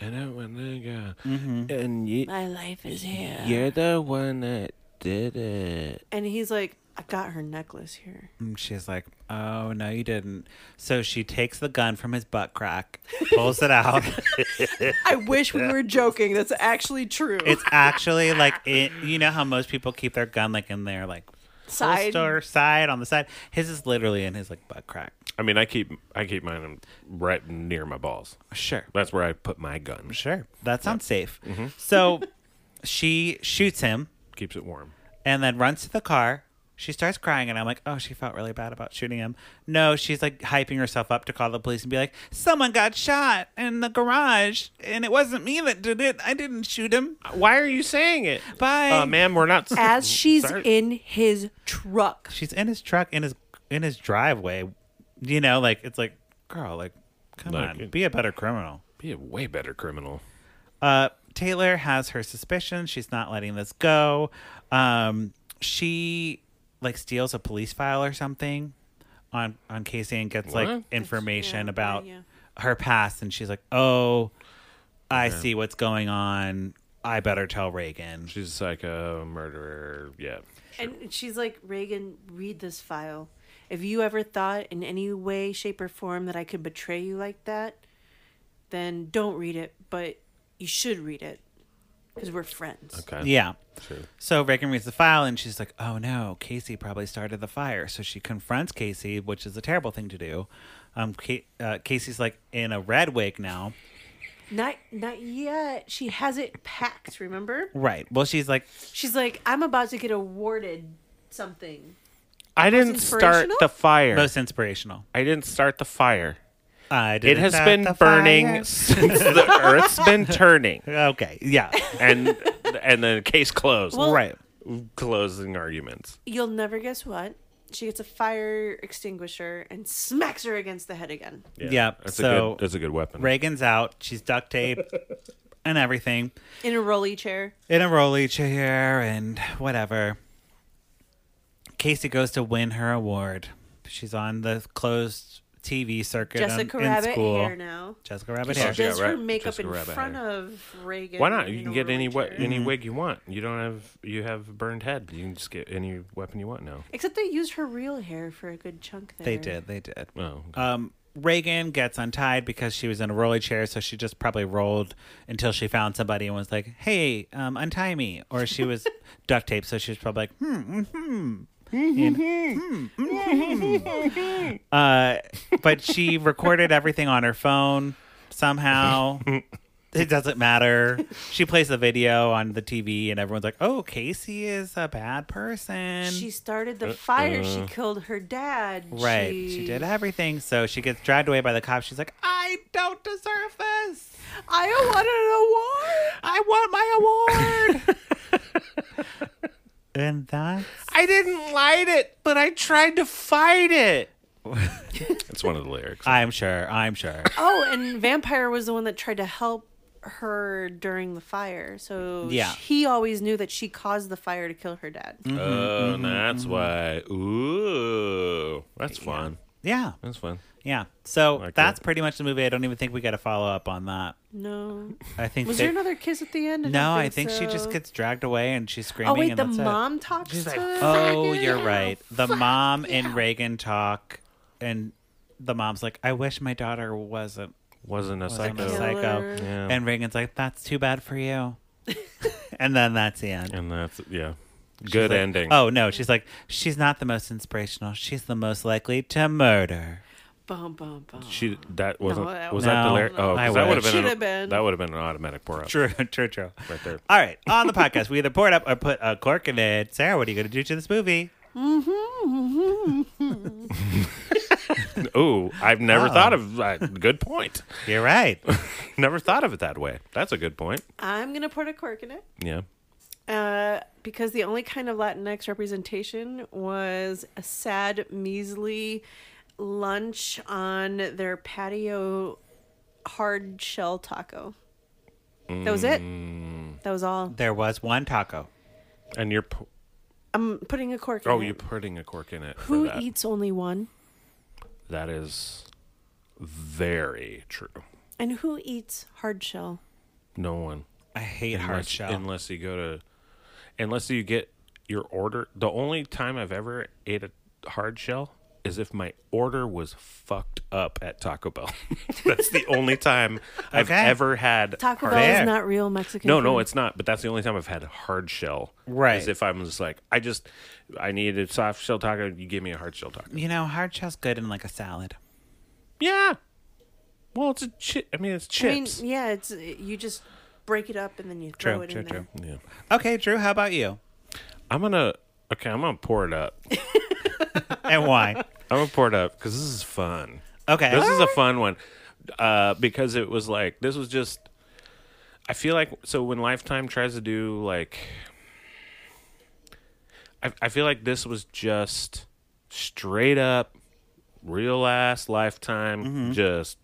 D: And I went, nigga.
A: Mm-hmm.
D: And you,
C: My life is here.
D: you're the one that did it.
C: And he's like, I got her necklace here.
D: Mm.
A: And she's like, "Oh no, you didn't." So she takes the gun from his butt crack, pulls it out.
C: I wish we were joking. That's actually true.
A: it's actually like it, you know how most people keep their gun like in their like
C: Side.
A: holster side on the side. His is literally in his like butt crack.
D: I mean, I keep I keep mine right near my balls.
A: Sure.
D: That's where I put my gun.
A: Sure. That sounds safe. So she shoots him
D: Keeps it warm.
A: and then runs to the car. She starts crying, and I'm like, oh, she felt really bad about shooting him. No, she's like hyping herself up to call the police and be like, someone got shot in the garage, and it wasn't me that did it. I didn't shoot him.
D: Why are you saying it?
A: Bye.
D: uh, ma'am. We're not.
C: As she's
D: Sorry.
C: in his truck.
A: She's in his truck, in his in his driveway. You know, like it's like, girl, like, come
D: Like,
A: on,
D: it-
A: be a better criminal.
D: be a way better criminal.
A: Uh, Taylor has her suspicions. She's not letting this go. Um, she like steals a police file or something on on Casey and gets
D: What?
A: like information
C: yeah,
A: about
C: yeah,
A: her past, and she's like, "Oh, I see what's going on. I better tell Reagan."
D: She's like a murderer. Yeah.
C: And she's like, Reagan, read this file. If you ever thought in any way, shape, or form that I could betray you like that, then don't read it, but you should read it because we're friends.
D: Okay.
A: Yeah.
D: Sure.
A: So Reagan reads the file and she's like, oh no, Casey probably started the fire. So she confronts Casey, which is a terrible thing to do. Um, Ca- uh, Casey's like in a red wig now.
C: Not, not yet. She has it packed, remember?
A: Right. Well, she's like,
C: She's like, I'm about to get awarded something.
D: I didn't start
C: inspirational?
D: the fire.
A: most inspirational.
D: I didn't start the fire.
A: I
D: It
A: didn't
D: has
A: start
D: been
A: the
D: burning
A: fire.
D: since the earth's been turning.
A: Okay. Yeah.
D: And and then case closed.
C: Well-
A: right.
D: Closing arguments.
C: You'll never guess what. She gets a fire extinguisher and smacks her against the head again.
D: Yeah.
A: Yep,
D: That's a
A: so-
D: good that's a good weapon.
A: Reagan's out. She's duct taped and everything
C: In a rolly chair.
A: in a rolly chair and whatever. Casey goes to win her award. She's on the closed TV circuit on-
C: Jessica
A: in
C: Rabbit
A: school.
C: hair now.
A: Jessica Rabbit
C: She
A: hair.
C: does
D: yeah,
C: her
D: right.
C: makeup
D: Jessica
C: in
D: Rabbit
C: front
D: hair.
C: of Reagan.
D: Why not?
C: in
D: You
C: a
D: can get any
C: rolly
D: what
C: chair.
D: any wig you want. You don't have you have a burned head. You can just get any weapon you want now.
C: Except they used her real hair for a good chunk there.
A: They did. They did.
D: Oh.
A: Um, Reagan gets untied because she was in a rolly chair, so she just probably rolled until she found somebody and was like, "Hey, um, untie me," or she was duct taped, so she was probably like, "Hmm." Mm-hmm. hmm, mm-hmm. uh, but she recorded everything on her phone somehow. It doesn't matter. She plays the video on the TV, and everyone's like, "Oh, Casey is a bad person."
C: She started
D: Uh,
C: the fire. she killed her dad.
A: Right. She... did everything. So she gets dragged away by the cops. She's like, I don't deserve this.
C: I want an
A: I
C: award.
A: want my award. and that's
D: I didn't light it, but I tried to fight it. It's one of the lyrics.
A: I'm sure. I'm sure.
C: Oh, and Vampire was the one that tried to help her during the fire. So
A: Yeah.
C: he always knew that she caused the fire to kill her dad.
D: Oh, that's why. Ooh, that's fun.
A: yeah.
D: That's fun.
A: Yeah. So
D: Like
A: that's
D: that.
A: pretty much the movie. I don't even think we got to follow up on that.
C: No.
A: I think
C: Was
A: they-
C: there another kiss at the end?
A: No,
C: don't
A: I think she
C: so.
A: just gets dragged away and she's screaming.
C: Oh wait,
A: and
C: the
A: that's it.
C: mom talks to her?
A: Oh, you're right. The mom and Reagan talk, and the mom's like, "I wish my daughter wasn't
D: Wasn't a
A: I'm a
D: psycho.
C: psycho.
A: psycho.
D: Yeah.
A: And Reagan's like, that's too bad for you. and then that's the end.
D: And that's yeah. Good
A: Like,
D: ending.
A: Oh, no. She's like, she's not the most inspirational. She's the most likely to murder.
C: Bum bum bum.
D: She that wasn't
C: that
A: was-
D: was that the
A: No,
D: lyric? Oh, 'cause
A: I
D: that would
A: wish.
D: have been,
C: Should've
D: an-
C: been.
D: that would have been an automatic pour up
A: True, true, true.
D: right there.
A: All right. On the podcast, we either pour it up or put a cork in it. Sarah, what are you going to do to this movie?
D: Ooh, I've never thought of that. Good point.
A: You're right.
D: Never thought of it that way. That's a good point.
C: I'm gonna put a cork in it.
D: Yeah.
C: Uh, because the only kind of Latinx representation was a sad, measly lunch on their patio hard shell taco. That was it.
D: Mm.
C: That was all.
A: there was one taco.
D: And you're pu-
C: I'm putting a cork.
D: oh
C: in
D: you're
C: It.
D: putting a cork in it.
C: Who
D: for that.
C: eats only one?
D: That is very true.
C: And who eats hard shell?
D: No one.
A: I hate hard
D: unless,
A: shell.
D: Unless you go to, unless you get your order. The only time I've ever ate a hard shell is if my order was fucked up at Taco Bell. that's the only time I've
A: Okay.
D: ever had
C: Taco
D: hard-
C: Bell
A: Fair.
C: is not real Mexican.
D: No, no,
C: food.
D: it's not. But that's the only time I've had hard shell.
A: Right.
D: Is if I'm just like, I just, I need a soft shell taco. You give me a hard shell taco.
A: you know, hard shell's good in like a salad.
D: Yeah. Well, it's a chip. I mean, it's
C: I mean,
D: chips.
C: yeah, it's you just break it up and then you throw
A: True,
C: it
A: true,
C: in there.
A: true.
D: yeah.
A: Okay, Drew, how about you?
D: I'm gonna. Okay, I'm gonna pour it up.
A: And why?
D: I'm gonna pour it up because this is fun.
A: Okay.
D: This is a fun one uh, because it was like this was just. I feel like so when Lifetime tries to do like. I I feel like this was just straight up, real ass Lifetime just.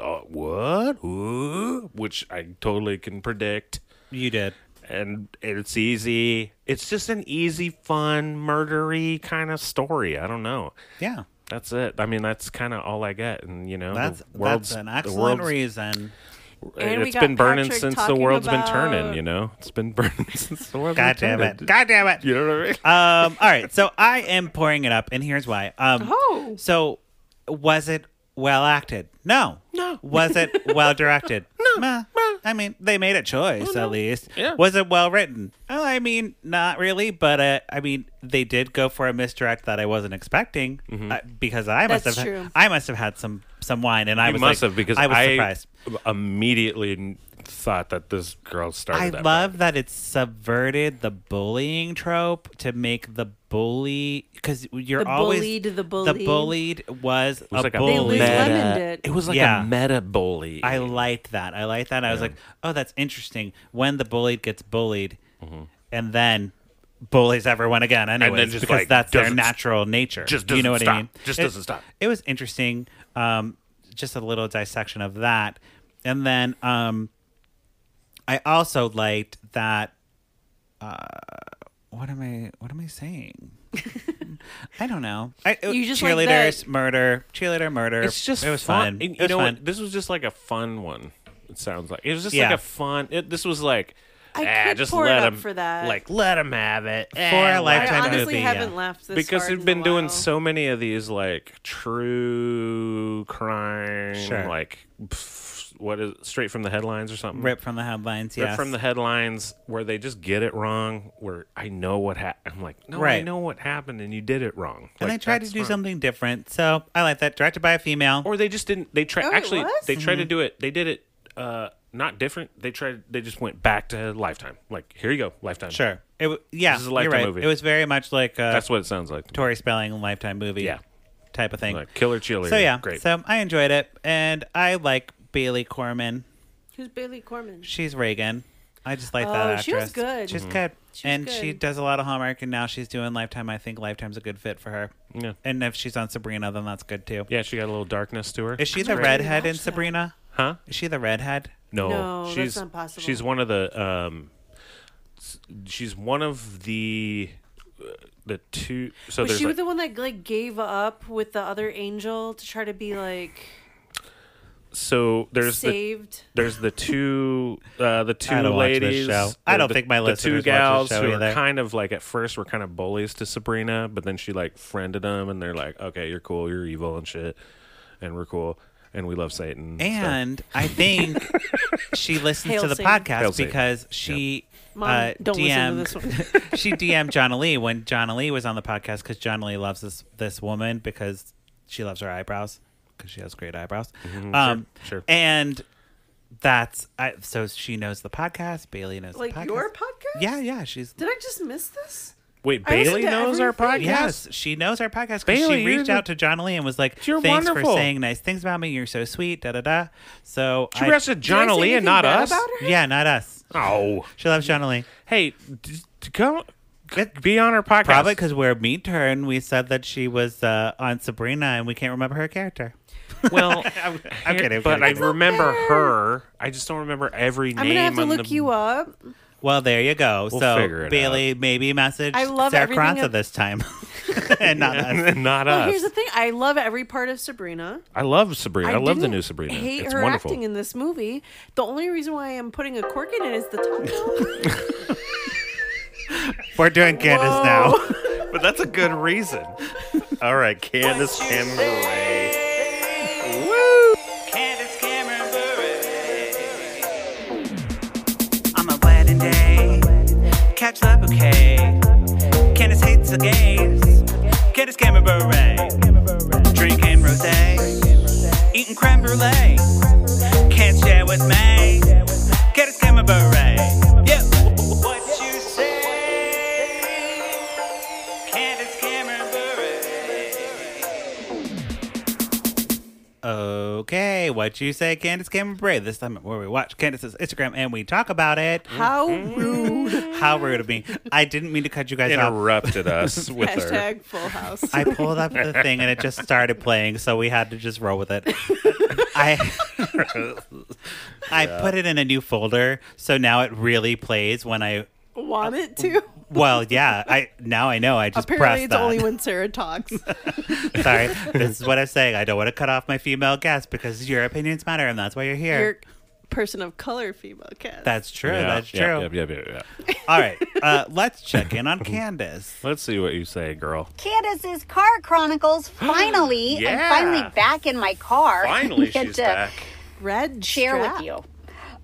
D: uh, what? Ooh, which I totally can predict
A: you did.
D: and it's easy. It's just an easy, fun, murdery kind of story. I don't know.
A: Yeah.
D: That's it. I mean, that's kind of all I get, and you know,
A: That's
D: the world's
A: that's an
D: the
A: excellent
D: world's-
A: reason.
C: And we
D: It's
C: got
D: been burning
C: Patrick
D: since the
C: talking
D: world's been
C: about-
D: turning. You know, it's been burning since the world's
A: God
D: been
A: damn it.
D: turning.
A: God damn it.
D: You know what I mean?
A: Um, all right, so I am pouring it up, and here's why. Um,
C: Oh.
A: So, was it well acted? No.
D: No.
A: Was it well directed? no. I mean, they made a choice, at least.
D: Oh, Yeah.
A: Was it well written? Oh, I mean, not really, but uh, I mean, they did go for a misdirect that I wasn't expecting
D: Mm-hmm.
A: uh, because I must
C: That's
A: have
C: true.
A: I must have had some some wine, and I
D: You
A: was
D: must
A: like-
D: have because
A: I was surprised.
D: immediately thought that this girl started.
A: I
D: that
A: love that it subverted the bullying trope to make the bully because you're
C: The
A: always
C: bullied the
A: The
C: bully.
A: bullied was,
D: It was
A: a
D: like
A: bully.
D: a
C: Liz Lemon
D: meta.
C: did.
D: It was like
A: Yeah.
D: a meta bully.
A: I liked that. I liked that. I was like, oh, that's interesting. When the bullied gets bullied, and then bullies everyone again, anyways,
D: Mm-hmm. just,
A: because
D: like,
A: that's their
D: doesn't-
A: natural nature.
D: just
A: you know
D: doesn't
A: what I
D: stop.
A: mean?
D: Just
A: It-
D: doesn't stop.
A: It was interesting. Um, just a little dissection of that, and then um, I also liked that. Uh, what am I? What am I saying? I don't know. I,
C: You just like that-
A: cheerleaders murder, cheerleader murder.
D: It's just
A: it was
D: fun.
A: fun.
D: You
A: It was
D: know
A: fun.
D: what? This was just like a fun one. It sounds like it was just
A: Yeah.
D: like a fun. It, this was like
C: I
D: ah,
C: could
D: just
C: pour it
D: let
C: up
D: him
C: for that.
D: Like let him have it Eh,
A: a
D: let him
A: lifetime
C: I
D: have it.
A: movie.
C: honestly
A: yeah.
C: haven't laughed this
D: uh, Because
C: hard
D: they've
C: in
D: been
C: a
D: doing
C: while.
D: so many of these like true crime,
A: Sure.
D: like pff, what is straight from the headlines or something.
A: Rip from the headlines.
D: Rip
A: Yes.
D: from the headlines where they just get it wrong. Where I know what happened. I'm like, no, I
A: Right.
D: know what happened, and you did it wrong.
A: and
D: Like,
A: they tried to
D: that's
A: do
D: fine.
A: something different. So I like that. Directed by a female.
D: or they just didn't they try
C: Oh, it
D: actually
C: was?
D: they tried to
A: Mm-hmm.
D: do it they did it uh not different they tried they just went back to lifetime like here you go lifetime
A: sure. It w- yeah.
D: This is a
A: you're
D: Lifetime
A: right.
D: movie.
A: It was very much like a
D: that's what it sounds like
A: Tori Spelling lifetime movie.
D: Yeah.
A: Type of thing.
D: like killer cheerleader
A: so yeah.
D: great
A: So I enjoyed it, and I like Bailey Corman.
C: Who's Bailey Corman?
A: She's Reagan. I just like that
C: Oh,
A: actress.
C: she was good.
D: Mm-hmm.
A: She's good.
C: was
A: and she
C: good.
A: does a lot of Hallmark, and now she's doing Lifetime. I think Lifetime's a good fit for her.
D: Yeah.
A: And if she's on Sabrina, then that's good too.
D: yeah she got a little darkness to her
A: Is she the
C: really
A: redhead in
C: watched that.
A: Sabrina?
D: huh
A: Is she the redhead?
D: no,
C: No, that's
D: she's
C: not possible.
D: she's one of the um s- she's one of the uh, the two so
C: Was
D: there's
C: she
D: like,
C: the one that like gave up with the other angel to try to be like
D: so there's the
C: saved?
D: There's the two, uh, the two
A: I don't watch this
D: ladies.
A: show. I don't
D: the-
A: think my
D: the two
A: listeners watch this
D: gals
A: show
D: who
A: either.
D: are kind of like at first were kind of bullies to Sabrina, but then she like friended them, and they're like, "Okay, you're cool, you're evil and shit, and we're cool, and we love Satan."
A: And I think she listens
C: Hail
A: to the
C: Satan.
A: podcast
D: Hail Satan.
A: because she
C: Mom,
A: uh,
C: don't
A: DM'd,
C: listen to this
A: she DM'd John Lee when John Lee was on the podcast because John Lee loves this this woman because she loves her eyebrows because she has great eyebrows. um,
D: Mm-hmm. sure, sure.
A: And that's I, so she knows the podcast. Bailey knows
C: Like
A: the podcast.
C: your podcast?
A: Yeah, yeah. She's
C: Did I just miss this?
D: stuff. wait,
C: I listen
D: Bailey
C: to
D: knows our podcast.
C: everything.
A: Yes, she knows our podcast because
D: Bailey,
A: she
D: you're
A: reached
D: the-
A: out to John Lee and was like,
D: You're
A: "Thanks for
D: wonderful.
A: saying nice things about me. You're so sweet." Da da da. So
D: She
A: I-
D: reached out to John
C: Did I say
D: Lee and
C: anything
D: not
C: bad
D: us.
C: about her?
A: Yeah, not us.
D: Oh,
A: She loves John Lee.
D: hey, d- d- go be on our podcast.
A: Probably because we're mean to her and we said that she was uh, on Sabrina and we can't remember her character.
D: well,
A: I'm, I'm kidding. I'm
D: but I
A: kidding.
D: remember
C: fair.
D: her. I just don't remember every name.
C: I'm gonna have to
D: on
C: look
D: the-
C: you up.
A: well, there you go.
D: We'll
A: so
D: figure it
A: Bailey, maybe message
C: I love
A: Sarah
C: everything
A: Kranza
C: ab-
A: this time. and not us.
D: Not
C: Well,
D: us.
C: here's the thing. I love every part of Sabrina.
D: I love Sabrina. I, love the
C: didn't
D: new Sabrina.
C: Hate
D: it's
C: her
D: wonderful.
C: acting in this movie. The only reason why I'm putting a cork in it is the taco.
A: We're doing Candace now.
D: but that's a good reason. All right, Candace Cameron Bure.
A: Candace Cameron
H: on my wedding day. Catch the bouquet. Candace hates the gays. Candace Cameron Bure. Drinking rosé. Eating creme brulee. Can't share with me. Candace Cameron Bure. Yeah. What you say? Candace Cameron Bure.
A: Okay, what you say, Candace Cameron Bure? This time where we watch Candace's Instagram and we talk about it.
C: How
D: Mm-hmm.
C: rude.
A: How rude of me! I didn't mean to cut you guys off.
D: Interrupted us with her.
C: Hashtag full house.
A: I pulled up the thing and it just started playing, so we had to just roll with it. I I put it in a new folder, so now it really plays when I.
C: want it to.
A: Well, yeah. I now I know. I just pressed
C: Apparently, it's
A: that.
C: only when Sarah talks.
A: Sorry, this is what I'm saying. I don't want to cut off my female guests because your opinions matter, and that's why you're here.
C: You're person of color female cat.
A: That's true.
D: Yeah,
A: that's true.
D: yeah, yeah, yeah, yeah, yeah.
A: All right, uh, let's check in on Candace.
D: Let's see what you say, girl.
E: Candace's Car Chronicles finally.
D: Yeah.
E: I'm finally back in my car.
D: Finally,
E: Get
D: she's
E: to
D: back.
C: red
E: Share
C: strap.
E: with you.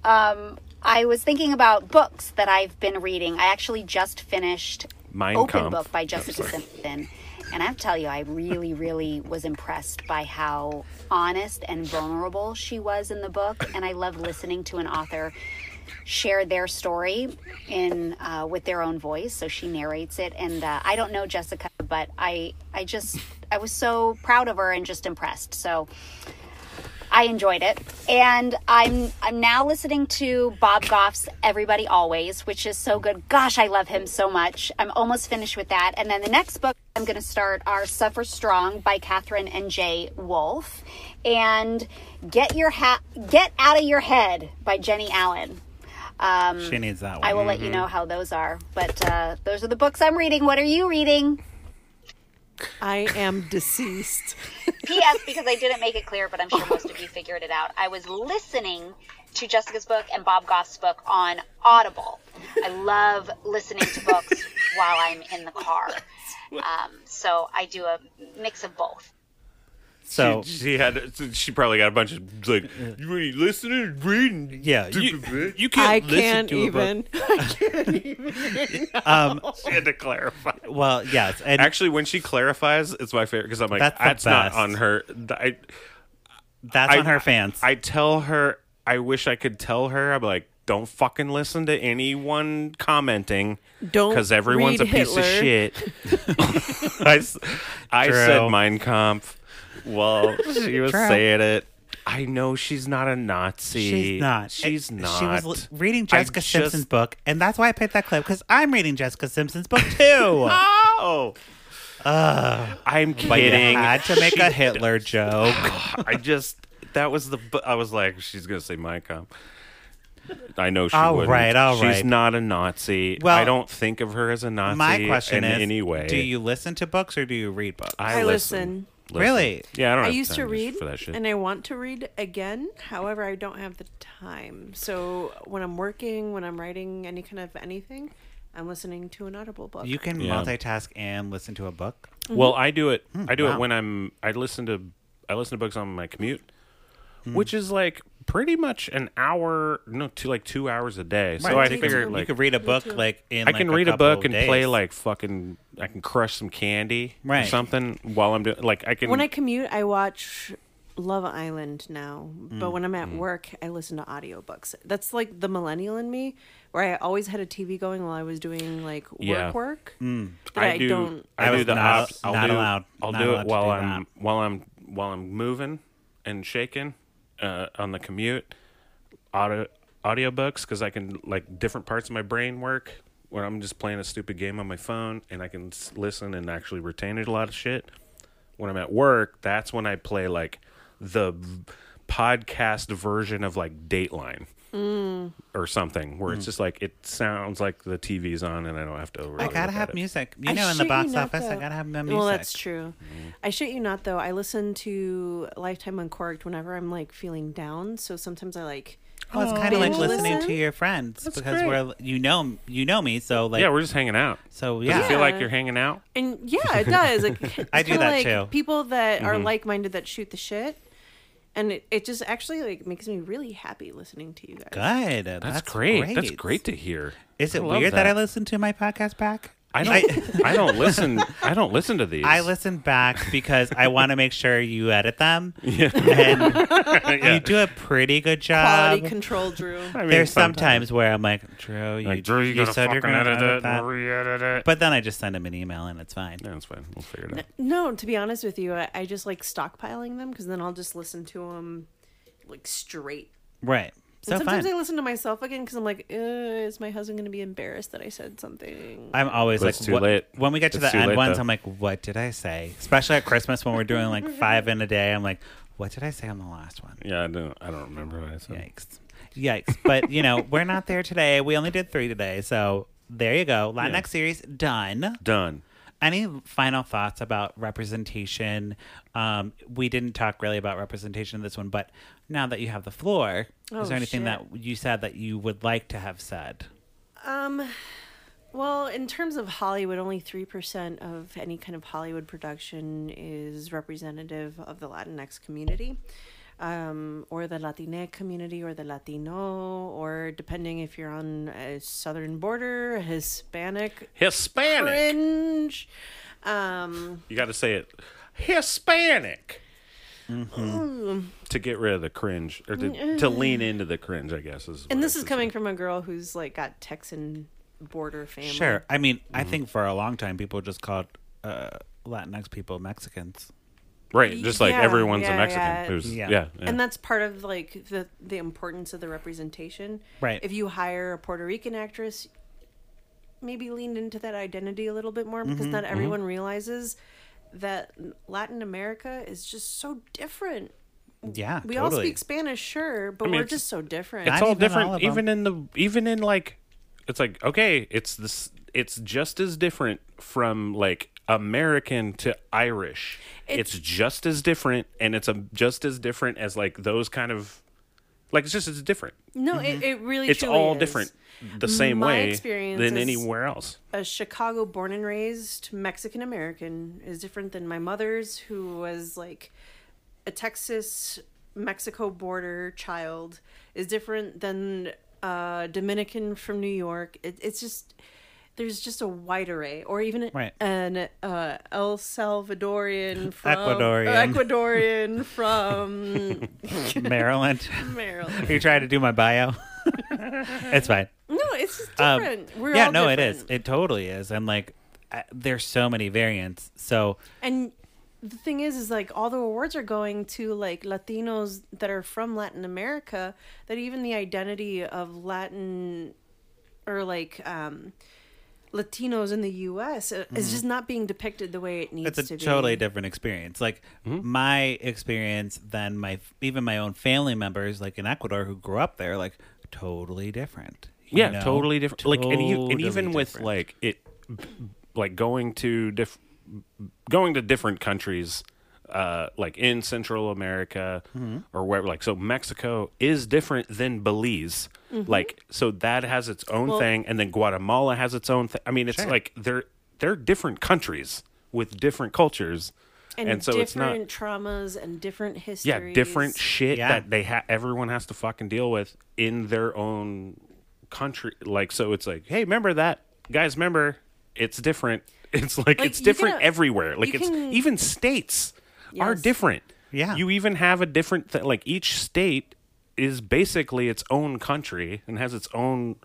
E: Um, I was thinking about books that I've been reading. I actually just finished
D: Mein
E: Open
D: Kampf.
E: Book by
D: No,
E: Jessica
D: sorry.
E: Simpson. And I have to tell you, I really, really was impressed by how honest and vulnerable she was in the book. And I love listening to an author share their story in uh, with their own voice. So she narrates it, and uh, I don't know Jessica, but I, I just, I was so proud of her and just impressed. So I enjoyed it, and I'm I'm now listening to Bob Goff's "Everybody Always," which is so good. Gosh, I love him so much. I'm almost finished with that, and then the next book I'm going to start are "Suffer Strong" by Catherine and Jay Wolf, and "Get Your Hat Get Out of Your Head" by Jenny Allen. Um,
A: She needs that one.
E: I will let you know how those are, but uh, those are the books I'm reading. What are you reading?
C: I am deceased.
E: P.S. because I didn't make it clear, but I'm sure most of you figured it out. I was listening to Jessica's book and Bob Goff's book on Audible. I love listening to books while I'm in the car. Um, so I do a mix of both.
A: So
D: she, she had she probably got a bunch of like you really listening and reading.
A: Yeah, you-
D: you,
C: I
D: listen
C: can't
D: to a book.
C: even.
D: She had to clarify.
A: well, yes, and
D: Actually, when she clarifies, it's my favorite because I'm like,
A: That's
D: that's,
A: the
D: not
A: best.
D: on her. I,
A: that's
D: I-
A: on her fans.
D: I tell her, I wish I could tell her. I'm like, don't fucking listen to anyone commenting.
C: Don't
D: because everyone's a
C: read
D: piece of
C: Hitler.
D: shit. I, s- I
A: True.
D: said Mein Kampf while she was
A: True.
D: saying it. I know she's not a Nazi.
A: She's not.
D: She's
A: It-
D: not.
A: She was l- reading
D: I
A: Jessica
D: just-
A: Simpson's book, and that's why I picked that clip because I'm reading Jessica Simpson's book too.
D: Oh. I'm
A: but you
D: kidding.
A: had to make
D: She
A: a Hitler joke.
D: I just that was the bu- I was like she's gonna say Mein Kampf. I know she
A: All
D: wouldn't.
A: right, all
D: she's
A: right.
D: not a Nazi.
A: Well,
D: I don't think of her as a Nazi.
A: My question
D: in
A: is:
D: any way.
A: Do you listen to books or do you read books?
D: I,
C: I
D: listen.
A: listen. Really?
D: Yeah, I don't.
C: I
D: have
C: used to
D: time just
C: read,
D: for that shit.
C: and I want to read again. However, I don't have the time. So when I'm working, when I'm writing any kind of anything, I'm listening to an Audible book.
A: you can
D: Yeah.
A: multitask and listen to a book.
D: Well, I do it. I do
A: Hmm, wow.
D: it when I'm. I listen to. I listen to books on my commute, which is like pretty much an hour. No, to like two hours a day. So
A: Right.
D: I
A: Me
D: figured
C: too.
A: you
D: like
A: could read a book like in.
D: I can
A: like,
D: read a, book
A: couple
D: and play
A: days.
D: like fucking. I can crush some candy
A: Right.
D: or something while I'm doing. Like I can.
C: when I commute, I watch Love Island now, but
D: Mm,
C: when I'm at work, I listen to audiobooks. That's like the millennial in me, where I always had a TV going while I was doing like work
D: Yeah. Mm,
C: work. That I, don't.
A: I
D: I, do
A: was
D: the
A: not-
D: ops. I'll
A: not
D: do,
A: allowed-
D: I'll
A: not
D: do
A: allowed
D: it
A: to
D: while
A: do
D: I'm while I'm while I'm moving and shaking uh, on the commute. Audio audiobooks because I can like different parts of my brain work where I'm just playing a stupid game on my phone and I can s- listen and actually retain it a lot of shit. When I'm at work, that's when I play like the v- podcast version of like Dateline.
C: Mm.
D: or something, where
A: Mm.
D: it's just like it sounds like the TV's on and I don't have to. Really
A: I
D: look
A: gotta
D: at
A: have
D: it.
A: music. You
C: I
A: know, in
C: shit
A: the
C: you
A: box
C: not,
A: office, I
C: though.
A: gotta have my music.
C: Well, that's true.
A: Mm-hmm.
C: I shit you not though. I listen to Lifetime Uncorked whenever I'm like feeling down. So sometimes I like.
A: Well, it's kind of Oh, like
C: Binge
A: listening
C: listen?
A: to your friends
D: That's
A: because
D: great.
A: we're you know you know me, so like
D: yeah, we're just hanging out.
A: so
D: Does it
A: yeah.
D: feel like
C: Yeah.
D: you're hanging out?
C: And yeah, it does. Like, it's
A: I do
C: kinda
A: that
C: like
A: too. Mm-hmm.
C: People that are like-minded that shoot the shit, and it, it just actually like makes me really happy listening to you guys.
A: Good. That's,
D: That's, great. That's great to hear.
A: Is it
D: love
A: weird that. I listen to my podcast back?
D: I don't. I don't listen. I don't listen to these.
A: I listen back because I want to make sure you edit them. And
D: Yeah.
A: you do a pretty good job.
C: Quality control, Drew.
D: I mean,
A: There's sometimes where I'm like, Drew, you,
D: Like, Drew, you,
A: you
D: gotta
A: said
D: fucking
A: you're going to
D: edit
A: edit,
D: it
A: that.
D: and re-edit it.
A: But then I just send him an email and it's fine.
D: yeah, it's fine. We'll figure it out.
C: No, to be honest with you, I, I just like stockpiling them because then I'll just listen to them like straight.
A: Right. So
C: and sometimes
A: fun.
C: I listen to myself again because I'm like, "Uh, is my husband going to be embarrassed that I said something?
A: I'm always
D: But
A: like,
D: it's too
A: what-
D: late.
A: when we get to
D: It's
A: the
D: too
A: end
D: late,
A: ones,
D: though.
A: I'm like, what did I say? Especially at Christmas when we're doing like five in a day, I'm like, what did I say on the last one?
D: Yeah, I don't. I don't remember what I said.
A: Yikes. Yikes. But, you know, we're not there today. We only did three today. So there you go. Latinx series done.
D: Done.
A: Any final thoughts about representation? Um, we didn't talk really about representation in this one, but now that you have the floor,
C: Oh,
A: is there anything
C: shit.
A: that you said that you would like to have said?
C: Um, well, in terms of Hollywood, only 3% of any kind of Hollywood production is representative of the Latinx community, um, or the Latinx community, or the Latino, or depending if you're on a southern border, Hispanic,
D: Hispanic.
C: fringe. Um,
D: You got to say it Hispanic.
A: Mm-hmm.
D: To get rid of the cringe or to, to lean into the cringe, I guess. Is what
C: and this is
D: I should
C: coming from a girl who's like got Texan border family.
A: Sure. I mean, I think for a long time, people just called uh, Latinx people Mexicans.
D: say. right. Just like
C: Yeah,
D: everyone's a
C: yeah,
D: Mexican.
C: yeah.
D: Who's,
A: Yeah.
D: yeah. yeah,
C: and that's part of like the the importance of the representation
A: Right.
C: if you hire a puerto rican actress maybe lean into that identity a little bit more
D: Mm-hmm.
C: because not everyone realizes that latin america is just so different
A: Yeah.
C: we all
A: totally.
C: speak spanish sure but
D: Ah, mean,
C: we're
D: it's-
C: just so different
D: it's
A: Not
D: all
A: even
D: different.
A: all of 'em.
D: even in the even in like, it's like okay, it's this. It's just as different from like American to Irish. It's,
C: It's-
D: just as different, and it's a, just as different as like those kind of, like it's just as different.
C: no it, it really
D: Mm-hmm. It's
C: truly
D: all
C: is.
D: different the same
C: My
D: way
C: experience
D: than
C: is-
D: anywhere else.
C: a Chicago born and raised Mexican American is different than my mother's, who was like a Texas Mexico border child, is different than a Dominican from New York. It, it's just, there's just a wide array, or even
A: Right.
C: an uh, El Salvadorian from
A: Ecuadorian.
C: Ecuadorian from
A: Maryland.
C: Maryland.
A: you trying to do my bio? it's fine.
C: No, it's just
A: Um,
C: different. We're
A: yeah,
C: all
A: no, it
C: different.
A: is. It totally is. And like, I, there's so many variants. So
C: And the thing is, is like all the awards are going to like Latinos that are from Latin America. That even the identity of Latin or like um, Latinos in the U.S. uh,
D: Mm-hmm.
C: is just not being depicted the way it needs
A: it's
C: to
A: a totally
C: be.
A: different experience. Like
D: Mm-hmm.
A: my experience than my even my own family members, like in Ecuador, who grew up there, like totally different. you
D: yeah
A: know?
D: totally different like and, you, and
A: Totally
D: even with
A: different.
D: like it like going to diff going to different countries uh like in central america
A: Mm-hmm.
D: or wherever like so mexico is different than belize
A: Mm-hmm.
D: like so that has its own thing and then guatemala has its own thing i mean it's like they're they're different countries with different cultures
C: and,
D: and, so
C: different
D: it's not
C: traumas and different
D: yeah
C: histories.
D: different shit
A: Yeah.
D: that they ha- everyone has to fucking deal with in their own country like so it's like hey remember that guys remember it's different it's like, it's
C: you
D: different
C: gotta-
D: everywhere like
C: you
D: it's
C: can-
D: even states are
C: Yes.
D: different
A: Yeah.
D: you even have a different thing like each state is basically its own country and has its own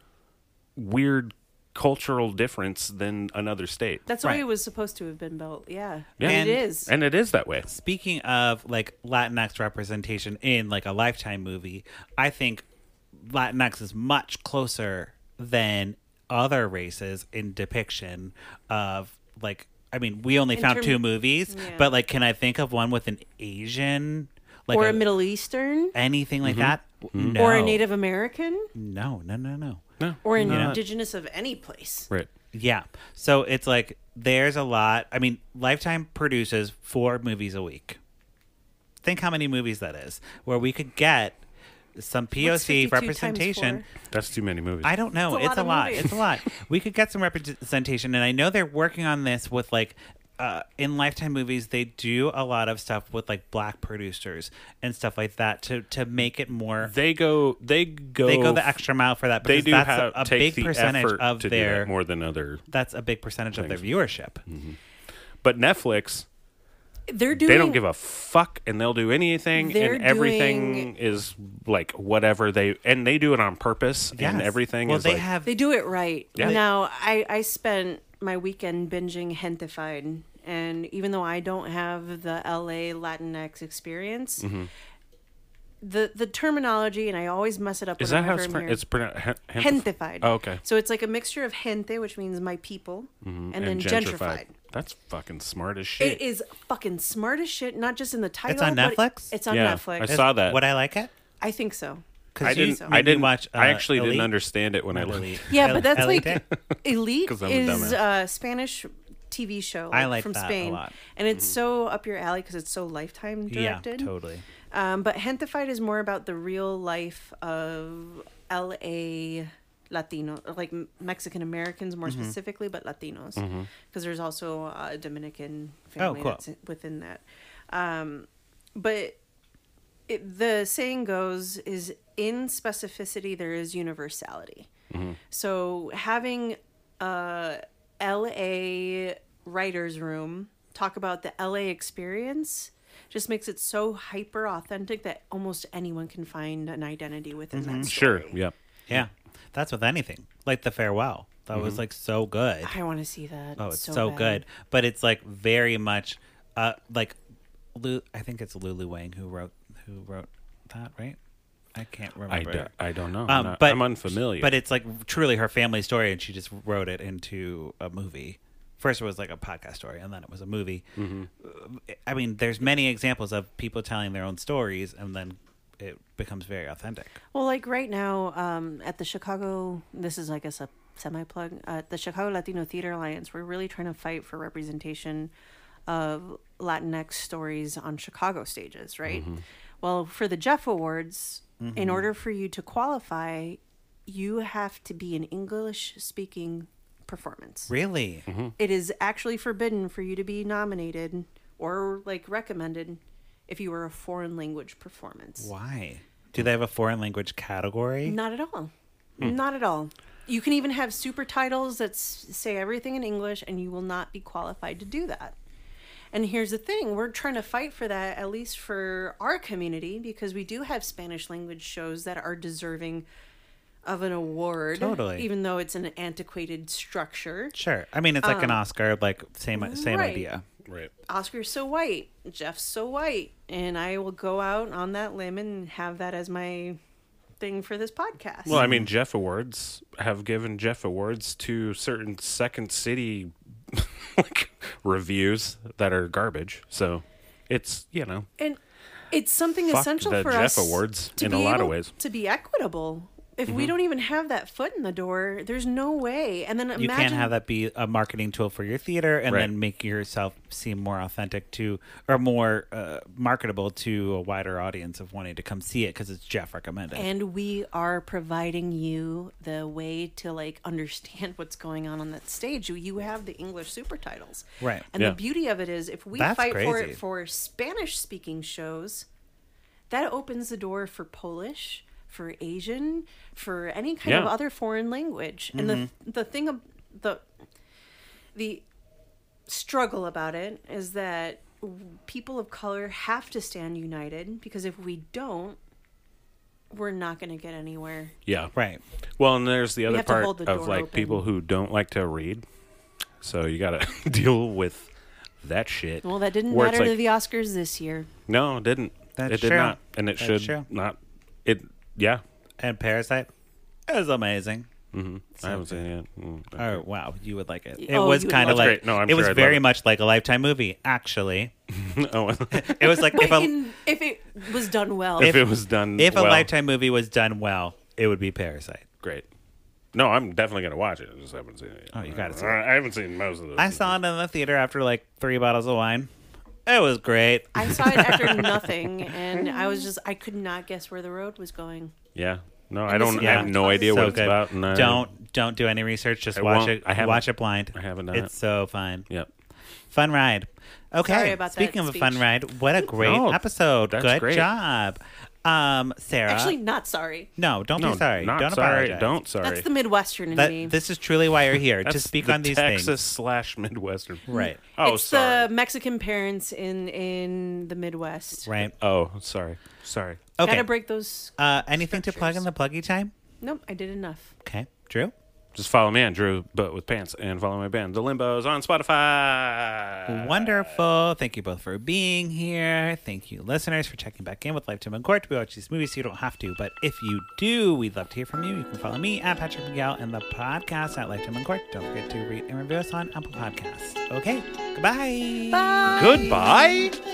D: weird cultural difference than another state
C: That's the
A: Right.
C: way it was supposed to have been built. Yeah,
D: Yeah.
C: And, it
A: And-
C: is.
D: and it is that way
A: Speaking of like Latinx representation in like a lifetime movie, I think Latinx is much closer than other races in depiction of like I mean, we only found
C: term-
A: two movies, but like can I think of one with an Asian like
C: or
A: a-
C: a Middle Eastern.
A: anything like that?
D: Oh.
A: No.
C: or a Native American
A: No, no, no, no.
C: or an indigenous of any place.
D: Right.
A: Yeah. So it's like there's a lot. I mean, Lifetime produces four movies a week. Think how many movies that is, where we could get some POC
C: 52 times
A: representation.
C: four?
D: That's too many movies.
A: I don't know.
C: It's a
A: It's
C: lot
A: a
C: of
A: lot.
C: movies.
A: It's a lot. We could get some representation, and I know they're working on this with like. Uh, in lifetime movies they do a lot of stuff with like black producers and stuff like that to to make it more
D: they go. They go.
A: they go the extra mile for that because
D: They do
A: that's
D: have
A: a, a
D: take
A: big
D: the
A: percentage
D: effort
A: of
D: to do
A: their
D: that more than other.
A: that's a big percentage of their viewership
D: But Netflix,
C: They're doing.
D: they don't give a fuck, and they'll do anything,
C: They're
D: and everything
C: doing-
D: is like whatever they and they do it on purpose, and
A: Yes.
D: everything
A: well
D: is
A: they
D: like
A: have
C: They do it right.
D: Yeah.
C: Now, I, I spent my weekend binging Hentified, and even though I don't have the LA Latinx experience,
D: Mm-hmm.
C: the the terminology, and I always mess it up.
D: Is that how
C: whenever
D: it's,
C: I'm
D: pro-
C: here.
D: it's pronounced? Hen- hen-
C: Gentified.
D: Oh, okay. Mm-hmm.
C: So it's like a mixture of gente, which means my people, and, then gentrified.
D: That's fucking smart as shit.
C: It is fucking smart as shit, not just in the title.
A: on
C: but it-
A: Netflix?
C: It's on
D: Yeah,
C: Netflix.
D: I
C: I,
D: saw- that.
A: Would I like it?
C: think so.
D: I
A: you
D: didn't.
A: made
D: I
A: me
D: didn't
A: watch.
D: I
A: uh,
D: actually
A: Elite.
D: didn't understand it when I
A: Not
D: looked.
A: Elite.
C: Yeah,
A: El-
C: but that's
A: Elite.
C: like Elite
D: 'Cause I'm a
C: is
D: dumbass.
C: uh, Spanish TV show.
A: I
C: like,
A: like
C: from
A: that a
C: Spain,
A: lot. Mm-hmm.
C: and it's so up your alley because it's so Lifetime
A: yeah,
C: directed.
A: totally.
C: Um, but Gentified is more about the real life of L.A. Latino, like Mexican Americans more
A: Mm-hmm.
C: specifically, but Latinos, because there's also uh, a Dominican family
A: Oh, cool.
C: that's within that. Um, but it, the saying goes is in specificity there is universality.
A: Mm-hmm.
C: So having a LA writers room talk about the LA experience just makes it so hyper authentic that almost anyone can find an identity within that.
D: Sure.
C: story.
D: Yeah.
A: Mm-hmm. Yeah, that's with anything. Like the farewell. That
D: Mm-hmm.
A: was like so good.
C: I want to see that.
A: Oh, it's so, good. But it's like very much, uh, like, Lu- I think it's Lulu Wang who wrote who wrote that, right? I can't
D: I,
A: remember.
D: do, I don't know.
A: Um,
D: I'm, not-
A: but
D: I'm unfamiliar.
A: But it's like truly her family story, and she just wrote it into a movie. First, it was like a podcast story, and then it was a movie.
D: Mm-hmm.
A: Uh, I mean, there's many examples of people telling their own stories, and then it becomes very authentic.
C: Well, like right now um, at the Chicago, this is I guess a semi plug. Uh, the Chicago Latino Theater Alliance, we're really trying to fight for representation of Latinx stories on Chicago stages, right? Well, for the Jeff Awards, in order for you to qualify, you have to be an English speaking performance
A: Really?
D: Mm-hmm.
C: it is actually forbidden for you to be nominated or like recommended if you were a foreign language performance.
A: Why? Do they have a foreign language category?
C: Not at all. Not at all. You can even have super titles that s- say everything in English and you will not be qualified to do that. And here's the thing, we're trying to fight for that at least for our community because we do have Spanish language shows that are deserving of an award
A: Totally.
C: even though it's an antiquated structure.
A: Sure. I mean, it's like an Oscar, like same same
C: right.
A: idea.
D: right.
C: Oscar's so white, Jeff's so white, and I will go out on that limb and have that as my thing for this podcast.
A: Mm-hmm.
D: Well, I mean, Jeff Awards have given Jeff Awards to certain Second City like reviews that are garbage. So it's you know
C: and it's something
D: Fuck
C: essential
D: the
C: for
D: Jeff
C: us
D: Awards
C: to
D: in
C: be
D: a lot of
C: able-
D: ways. Mm-hmm.
C: to be equitable. If we don't even have that foot in the door, there's no way. And then imagine
A: You can't have that be a marketing tool for your theater and
D: Right.
A: then make yourself seem more authentic to or more uh, marketable to a wider audience of wanting to come see it because it's Jeff recommended.
C: And we are providing you the way to like understand what's going on on that stage. You- You have the English super titles,
A: Right.
C: And
D: Yeah.
C: the beauty of it is, if we
A: That's
C: fight for
A: crazy.
C: it for Spanish-speaking shows, that opens the door for Polish, for Asian, for any kind of
D: Yeah. Mm-hmm.
C: other foreign language. And the the thing of the the struggle about it is that w- people of color have to stand united because if we don't we're not going to get anywhere
D: yeah
A: right.
D: Well, and there's the other
C: have to hold
D: part
C: the
D: of
C: door
D: like
C: open.
D: people who don't like to read, so you got to deal with that shit.
C: well that didn't
D: Where it's
C: matter to
D: like,
C: the oscars this year
D: No, it didn't.
A: That's
D: it did
A: true.
D: not, and it
A: That's
D: should
A: true.
D: not. It yeah.
A: And Parasite is amazing.
D: I haven't seen it. yet. Mm.
A: Oh wow, you would like it. It
C: Oh,
A: was
C: you would
A: kind of
C: love
D: it.
A: like
D: That's great. No, I'm
A: it was
D: sure I'd love
A: very
D: it.
A: much like a lifetime movie, actually.
D: oh,
A: It was like if
C: But
A: a
C: in, if it was done well,
D: if, it was done
A: if a
D: well,
A: lifetime movie was done well, it would be Parasite.
D: great. No, I'm definitely gonna watch it. I just haven't seen it. Yet.
A: Oh, you gotta see it.
D: I haven't seen most of those.
A: I saw it in the theater after like three bottles of wine. It was great.
C: I saw it after nothing, and I was just I could not guess where the road was going.
D: Yeah. No, I don't. I
A: Yeah.
D: have no idea what
A: So
D: it's
A: good.
D: about. And I,
A: Don't don't do any research. Just
D: I
A: watch
D: won't.
A: it.
D: I haven't-
A: watch it blind.
D: I haven't done
A: It's
D: it.
A: so fun.
D: Yep.
A: Fun ride. Okay.
C: Sorry about that
A: Speaking of a fun
C: speech.
A: ride, what a great
D: No,
A: episode.
D: that's
A: Good
D: great.
A: job, um, Sarah.
C: Actually, not sorry.
A: no, don't
D: No,
A: be sorry.
D: Not
A: don't
D: sorry.
A: apologize.
D: Don't sorry.
C: That's the Midwestern in me.
A: That, this is truly why you're here to
D: That's
A: speak
D: the
A: on these
D: Texas
A: things.
D: slash Midwestern.
A: Right.
D: Oh,
C: it's uh,
D: sorry.
C: the Mexican parents in in the Midwest.
A: Right.
D: Oh, sorry. Sorry.
A: Okay.
C: Gotta break those.
A: Uh, anything to plug in the pluggy time?
C: Nope, I did enough.
A: Okay. Drew?
D: Just follow me, Andrew, but with pants, and follow my band, The Limbos, on Spotify.
A: Wonderful. Thank you both for being here. Thank you, listeners, for checking back in with Lifetime and Court. We watch these movies so you don't have to, but if you do, we'd love to hear from you. You can follow me at Patrick Miguel and the podcast at Lifetime and Court. Don't forget to rate and review us on Apple Podcasts. Okay. Goodbye.
C: Bye.
D: Goodbye.